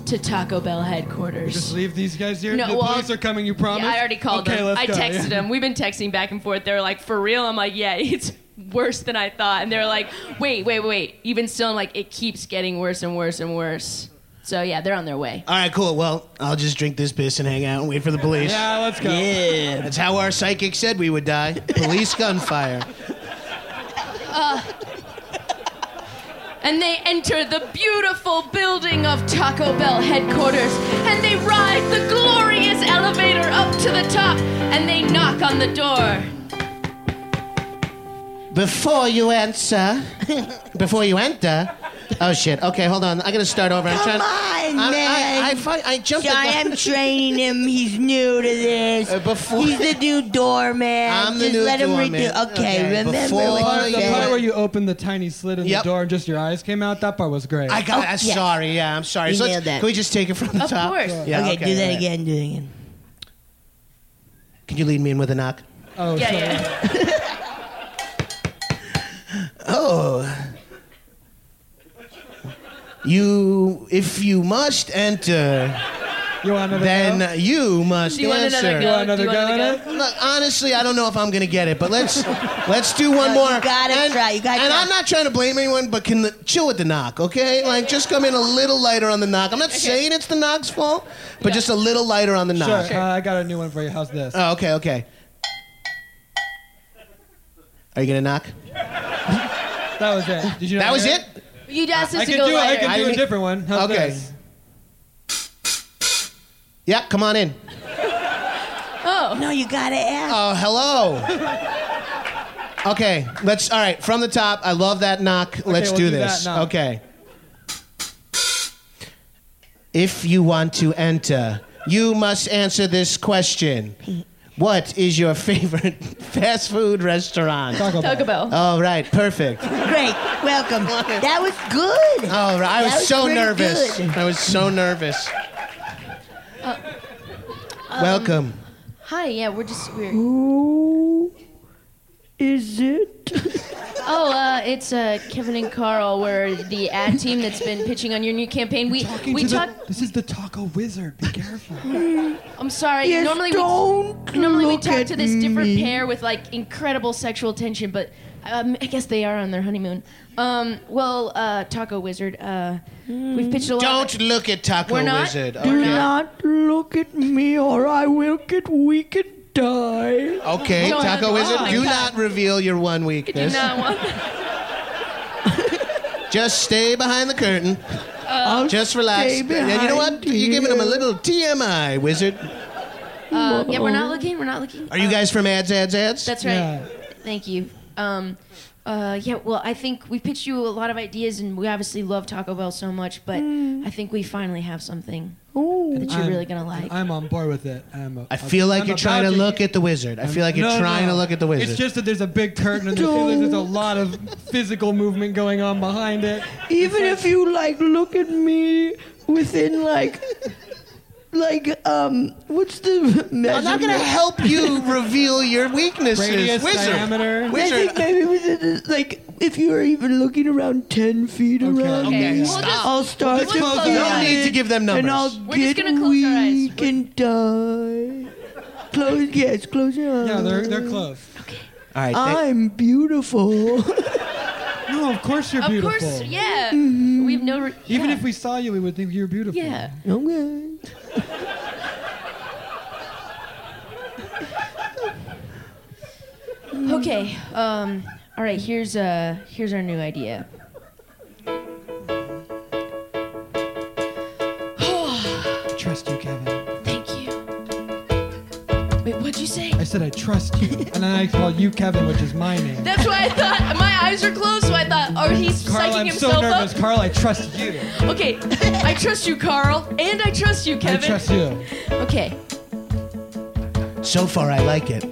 Speaker 4: to Taco Bell headquarters.
Speaker 2: Just leave these guys here.
Speaker 4: No,
Speaker 2: the
Speaker 4: well-
Speaker 2: police are coming. You promise?
Speaker 4: Yeah, I already called
Speaker 2: okay,
Speaker 4: them.
Speaker 2: Let's
Speaker 4: I
Speaker 2: go.
Speaker 4: texted them. We've been texting back and forth. They're like, for real? I'm like, yeah, *laughs* it's worse than I thought. And they're like, wait, wait, wait. Even still, I'm like, it keeps getting worse and worse and worse. So yeah, they're on their way.
Speaker 8: All right, cool. Well, I'll just drink this piss and hang out and wait for the police.
Speaker 2: Yeah, let's go.
Speaker 8: Yeah. That's how our psychic said we would die. Police gunfire.
Speaker 4: And they enter the beautiful building of Taco Bell headquarters. And they ride the glorious elevator up to the top. And they knock on the door.
Speaker 8: Before you answer, before you enter. Oh shit. Okay, hold on. I gotta start over. I'm
Speaker 6: Come
Speaker 8: trying.
Speaker 6: on,
Speaker 8: I,
Speaker 6: man.
Speaker 8: I, I, fi- I jumped.
Speaker 6: I
Speaker 8: the-
Speaker 6: am training him. He's new to this.
Speaker 8: Uh, before-
Speaker 6: He's the new doorman.
Speaker 8: I'm the
Speaker 6: Just
Speaker 8: new
Speaker 6: let him
Speaker 8: doorman.
Speaker 6: redo. Okay,
Speaker 8: Okay,
Speaker 6: remember
Speaker 8: before-
Speaker 6: what
Speaker 2: Part-
Speaker 6: you
Speaker 2: the part
Speaker 6: said.
Speaker 2: where you opened the tiny slit in
Speaker 8: Yep.
Speaker 2: the door and just your eyes came out, that part was great.
Speaker 8: I got.
Speaker 6: Oh,
Speaker 8: I'm
Speaker 6: yeah.
Speaker 8: sorry. Yeah, I'm sorry.
Speaker 6: You
Speaker 8: So let's-
Speaker 6: nailed that.
Speaker 8: Can we just take it from the
Speaker 4: Of
Speaker 8: top?
Speaker 4: course.
Speaker 8: Yeah,
Speaker 6: okay, do that
Speaker 8: alright.
Speaker 6: again. Do that again.
Speaker 8: Can you lead me in with a knock?
Speaker 2: oh,
Speaker 4: Yeah,
Speaker 2: sorry.
Speaker 4: yeah.
Speaker 6: Oh.
Speaker 8: You, if you must enter,
Speaker 2: You want another go?
Speaker 8: then you must
Speaker 4: Do you want
Speaker 8: answer.
Speaker 4: another
Speaker 2: You
Speaker 4: go?
Speaker 2: want another
Speaker 4: Uh, Do you
Speaker 2: go
Speaker 4: want
Speaker 2: at
Speaker 4: another
Speaker 2: it?
Speaker 8: Look, honestly, I don't know if I'm gonna get it,
Speaker 6: *laughs*
Speaker 8: but let's let's do one
Speaker 6: No,
Speaker 8: more.
Speaker 6: you gotta
Speaker 8: and,
Speaker 6: try, you gotta
Speaker 8: and
Speaker 6: try.
Speaker 8: I'm not trying to blame anyone, but can the, chill with the knock, okay? Like just come in a little lighter on the knock. I'm not saying it's the knock's fault, but just a little lighter on the knock.
Speaker 2: Sure. Uh, I got a new one for you. How's this?
Speaker 8: Oh, okay, okay. Are you gonna knock?
Speaker 2: that was it. Did you?
Speaker 8: That
Speaker 2: not
Speaker 8: was
Speaker 2: hear
Speaker 8: it.
Speaker 4: You asked us
Speaker 2: I
Speaker 4: to
Speaker 2: can
Speaker 4: go
Speaker 2: do. I
Speaker 4: lighter.
Speaker 2: can do
Speaker 8: I-
Speaker 2: a different one. How's
Speaker 8: Okay.
Speaker 2: this?
Speaker 8: Yeah, come on in.
Speaker 6: No, you gotta ask.
Speaker 8: Oh, hello. Okay, let's. All right, from the top. I love that knock. let's
Speaker 2: we'll
Speaker 8: do,
Speaker 2: do that
Speaker 8: this.
Speaker 2: knock.
Speaker 8: Okay. If you want to enter, you must answer this question. What is your favorite *laughs* fast food restaurant?
Speaker 2: Taco Bell.
Speaker 4: Taco Bell.
Speaker 8: All right, perfect. All
Speaker 6: Great. Welcome. That was good.
Speaker 8: right, I was,
Speaker 6: That was
Speaker 8: so
Speaker 6: pretty
Speaker 8: nervous.
Speaker 6: good. Uh,
Speaker 8: I was so nervous.
Speaker 6: um,
Speaker 8: Welcome.
Speaker 4: Hi, yeah, we're just we're
Speaker 6: Is it?
Speaker 4: Oh, uh, it's uh, Kevin and Carl. We're the ad team that's been pitching on your new campaign. We
Speaker 2: Talking
Speaker 4: we
Speaker 2: to the-
Speaker 4: talk.
Speaker 2: this is the taco wizard. Be
Speaker 4: *laughs*
Speaker 2: careful.
Speaker 4: I'm sorry.
Speaker 6: Yes,
Speaker 4: normally
Speaker 6: don't
Speaker 4: we normally we
Speaker 6: look
Speaker 4: talk
Speaker 6: at
Speaker 4: to this different
Speaker 6: me.
Speaker 4: pair with like incredible sexual tension, but um, I guess they are on their honeymoon. Um, well, uh, Taco Wizard, uh, we've pitched a lot.
Speaker 8: Don't look at Taco
Speaker 4: We're not-
Speaker 8: Wizard.
Speaker 4: we're
Speaker 8: okay.
Speaker 6: Not look at me, or I will get weak and die.
Speaker 8: Okay,
Speaker 4: Don't-
Speaker 8: Taco Wizard,
Speaker 4: Oh my
Speaker 8: do
Speaker 4: God.
Speaker 8: not reveal your one
Speaker 4: do
Speaker 8: weakness.
Speaker 4: not want.
Speaker 8: Just stay behind the curtain.
Speaker 4: Uh,
Speaker 8: Just relax.
Speaker 6: stay
Speaker 8: Yeah, you know what?
Speaker 6: behind
Speaker 8: You're giving him a
Speaker 6: you.
Speaker 8: little TMI, Wizard.
Speaker 4: Uh, yeah, we're not looking. We're not looking.
Speaker 8: Are you guys from Ads, Ads, Ads?
Speaker 4: That's right.
Speaker 2: Yeah.
Speaker 4: Thank you. Um, uh, yeah, well, I think we pitched you a
Speaker 3: Mm.
Speaker 4: lot of ideas, and we obviously love Taco Bell so much, but I think we finally have something.
Speaker 6: Oh, that you're really gonna like.
Speaker 2: I'm on board with it. I'm a,
Speaker 8: I feel like
Speaker 2: I'm
Speaker 8: you're trying to
Speaker 2: about
Speaker 8: look at the wizard. I feel like you're
Speaker 2: No,
Speaker 8: trying
Speaker 2: no.
Speaker 8: to look at the wizard.
Speaker 2: It's just that there's a big curtain and there's, there's a lot of physical movement going on behind it.
Speaker 6: Even if you like look at me within like like um what's the measurement?
Speaker 8: I'm not gonna help you reveal your weaknesses,
Speaker 2: Radius,
Speaker 8: wizard.
Speaker 2: diameter.
Speaker 6: I
Speaker 8: Wizard.
Speaker 6: think maybe within like if you're even looking around ten feet around
Speaker 8: Okay,
Speaker 6: me,
Speaker 8: stop.
Speaker 6: I'll start
Speaker 2: just
Speaker 6: to
Speaker 2: close our
Speaker 6: feel
Speaker 2: eyes.
Speaker 8: No need to give them
Speaker 6: And
Speaker 8: numbers.
Speaker 6: I'll
Speaker 3: We're just
Speaker 6: get
Speaker 3: gonna close our eyes.
Speaker 6: weak and die. Close yes, close your eyes.
Speaker 2: Yeah, they're they're close.
Speaker 11: All right.
Speaker 2: uh,
Speaker 11: thank-
Speaker 6: I'm beautiful. *laughs*
Speaker 2: No, of course you're
Speaker 3: Of
Speaker 2: beautiful.
Speaker 3: course, yeah. We have no. Re-
Speaker 2: Even
Speaker 3: yeah.
Speaker 2: if we saw you, we would think you were beautiful.
Speaker 3: Yeah.
Speaker 8: *laughs*
Speaker 6: Okay.
Speaker 3: Okay. Um. All right. Here's uh. Here's our new idea.
Speaker 2: I trust you, Kevin.
Speaker 3: Thank you. Wait, what'd you say?
Speaker 2: I said I trust you, and then I called you Kevin, which is my name.
Speaker 3: That's why I thought my eyes are closed. So I thought, oh, he's
Speaker 2: Carl,
Speaker 3: psyching
Speaker 2: I'm so
Speaker 3: himself
Speaker 2: nervous.
Speaker 3: up.
Speaker 2: Carl, I trust you.
Speaker 3: Okay, *laughs* I trust you, Carl, and I trust you,
Speaker 2: I
Speaker 3: Kevin.
Speaker 2: trust you.
Speaker 3: Okay.
Speaker 8: so far, I like it.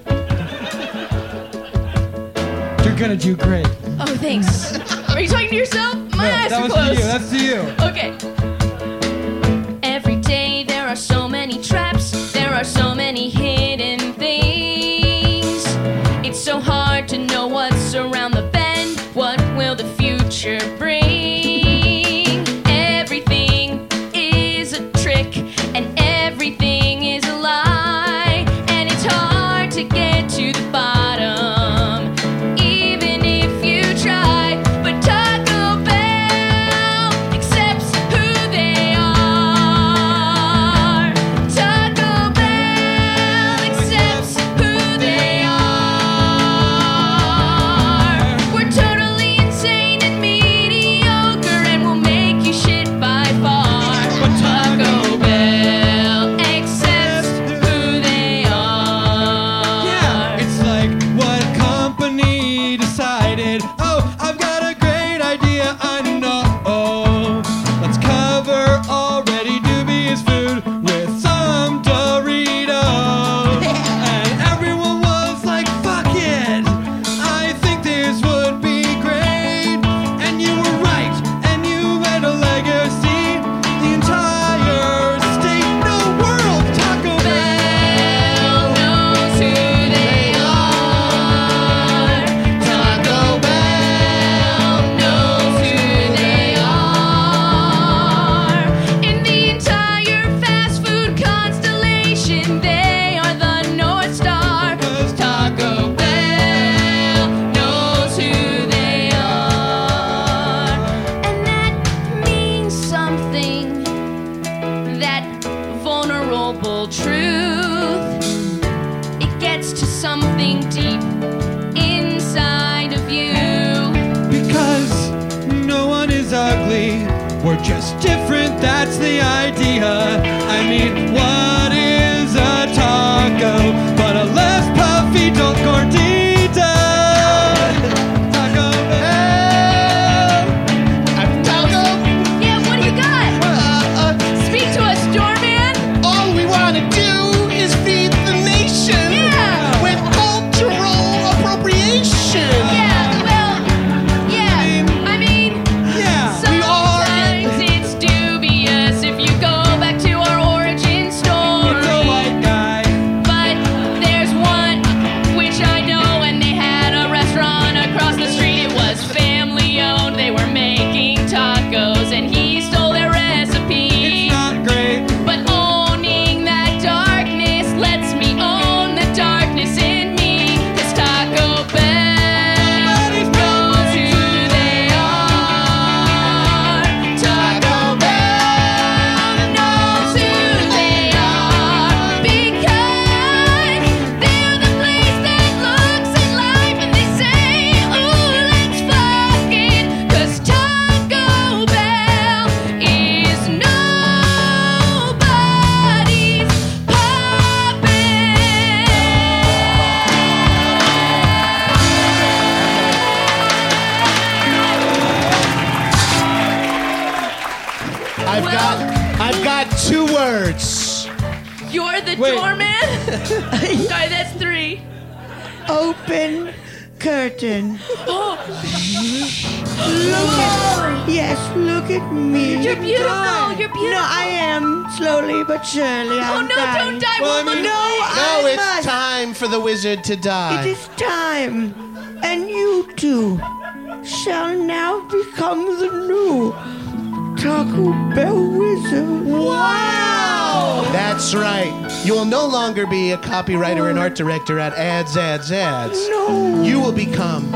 Speaker 2: You're gonna do great.
Speaker 3: Oh, thanks. Are you talking to yourself?
Speaker 2: No,
Speaker 3: My eyes
Speaker 2: that
Speaker 3: are
Speaker 2: was
Speaker 3: closed.
Speaker 2: to you. That's to you.
Speaker 3: Okay. Every day there are so many traps, there are so many hidden things. It's so hard to know what's around the bend, what will the future bring? Everything is a trick, and everything is a lie, and it's hard to get to the bottom. Even if you try, but Taco Bell accepts who they are. Taco Bell accepts who they are. We're totally insane and mediocre, and we'll make you shit by far. But Taco Bell accepts who they are.
Speaker 2: Yeah, it's like what company decided. Oh, I've got a great idea, I know. Let's cover already dubious food with some Doritos. and everyone was like, fuck it. I think this would be great. And you were right, and you had a legacy. The entire state, no world, Taco Bell.
Speaker 3: knows who they are. Taco Bell knows who they are. In the entire fast food constellation, they are the North Star. Taco Bell knows who they are. And that means something that vulnerable truth. It gets to something deep inside of you.
Speaker 2: Because no one is ugly. We're just different, that's the idea. I mean, what is a taco but a less puffy dull gordita? Taco Bell.
Speaker 8: I'm Taco.
Speaker 3: Yeah, what do you got?
Speaker 8: Uh, uh,
Speaker 3: Speak to us, doorman.
Speaker 8: all we wanna do is feed the nation
Speaker 3: Yeah.
Speaker 8: with cultural appropriation.
Speaker 3: Yeah, well, yeah. I mean,
Speaker 2: Yeah.
Speaker 8: We are-
Speaker 3: sometimes it's dubious if you go back to our origin story.
Speaker 8: got, I've got two words.
Speaker 3: You're the
Speaker 2: Wait. *laughs*
Speaker 3: doorman? Sorry, that's three.
Speaker 6: Open curtain.
Speaker 3: Oh,
Speaker 2: Oh,
Speaker 6: Look at yes, look at me.
Speaker 3: You're beautiful, you're beautiful.
Speaker 6: No, I am slowly but surely.
Speaker 3: oh
Speaker 6: I'm
Speaker 3: no,
Speaker 6: dying.
Speaker 3: don't die.
Speaker 2: Well, I
Speaker 3: We'll
Speaker 2: mean-
Speaker 3: look-
Speaker 6: No,
Speaker 8: No,
Speaker 6: I
Speaker 8: it's
Speaker 6: must.
Speaker 8: time for the wizard to die.
Speaker 6: It is time, and you too shall now become the new Taco Bell wizard. Wow!
Speaker 8: That's right. You will no longer be a copywriter and art director at ads, ads, ads.
Speaker 6: No.
Speaker 8: You will become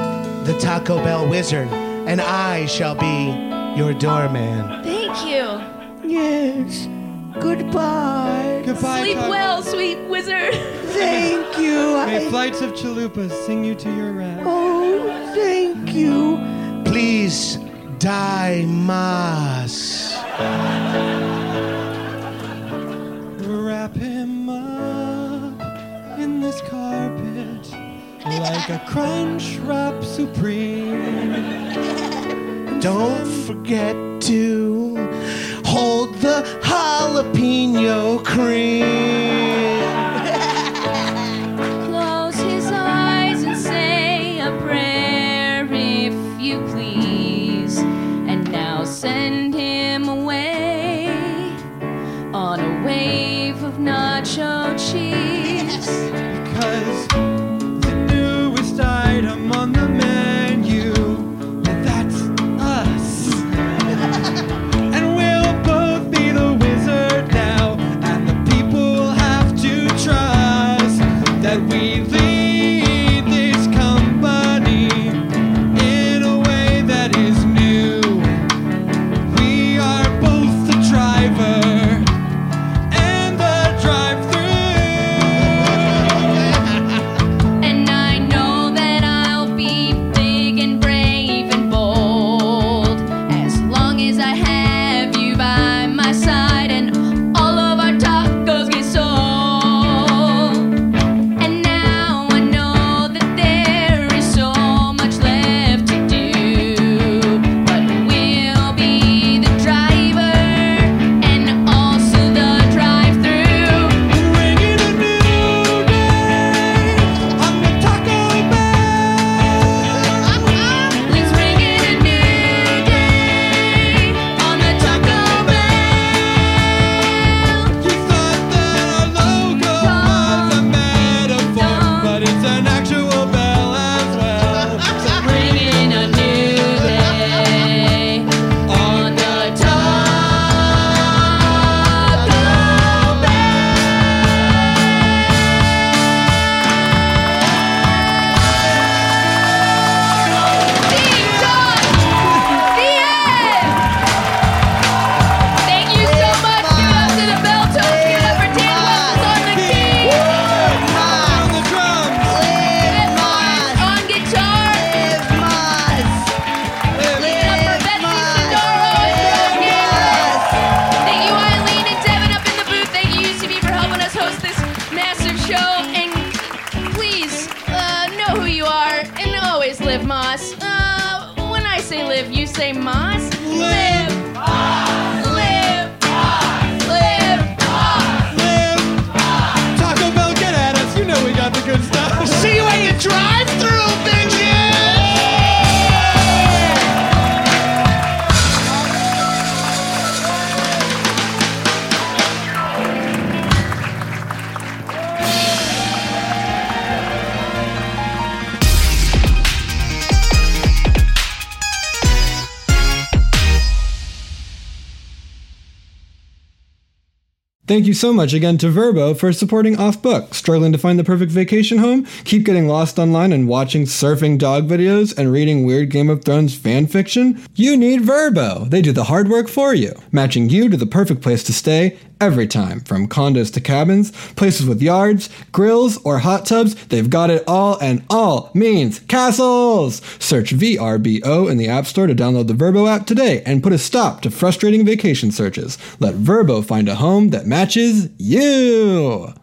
Speaker 8: the Taco Bell wizard, and I shall be your doorman.
Speaker 3: Thank you.
Speaker 6: Yes. Goodbye.
Speaker 2: Goodbye.
Speaker 3: Sleep
Speaker 2: Taco.
Speaker 3: well, sweet wizard.
Speaker 6: Thank you.
Speaker 2: May
Speaker 6: I,
Speaker 2: flights of chalupas sing you to your rest.
Speaker 6: oh, thank you.
Speaker 8: Please die, Mas.
Speaker 2: Wrap him up in this carpet like a crunch wrap supreme.
Speaker 8: Don't forget to hold the jalapeno cream.
Speaker 3: Close his eyes and say a prayer if you please. And now send him away on a wave of nacho cheese.
Speaker 2: Because the newest item on the menu, that's us. *laughs* and we'll both be the wizard now, and the people have to trust that we lead this company in a way that is new. We are both the driver and the drive-through.
Speaker 3: And I know that I'll be big and brave and bold as long as I have you by my side and all of our tacos get sold. And now I know that there is so much left to do, but we'll be the driver and also the drive-through.
Speaker 2: Bringing a new day. I'm the Taco Bell.
Speaker 3: Let's bring in a new day on the Taco Bell.
Speaker 2: You thought that our logo was a metaphor, but it's an actual bell as well.
Speaker 3: Bring in a new day on the Taco Bell. Ding dong! The end! Thank you so much to us to the Bell Toast Killer for Dan Wessels on the keys.
Speaker 2: On the drums,
Speaker 3: Ed Mott on guitar. Give it up for Betsy Sidoro and Joe Gamble. Thank you, Eileen and Devin up in the booth. Thank you, UCB, for helping us host this massive show. And please uh, know who you are and always live Moss. Uh, when I say live, you say Moss. Live. Live. Live.
Speaker 2: live. Taco Bell, get at us. You know we got the good stuff.
Speaker 8: See you at your drive-through, bitches.
Speaker 12: Thank you so much again to Verbo for supporting Off Book, struggling to find the perfect vacation home, keep getting lost online and watching surfing dog videos and reading weird Game of Thrones fan fiction? You need Verbo. They do the hard work for you, matching you to the perfect place to stay every time, from condos to cabins, places with yards, grills, or hot tubs. They've got it all and all means castles. Search VRBO in the App Store to download the Verbo app today and put a stop to frustrating vacation searches. Let Verbo find a home that matches you.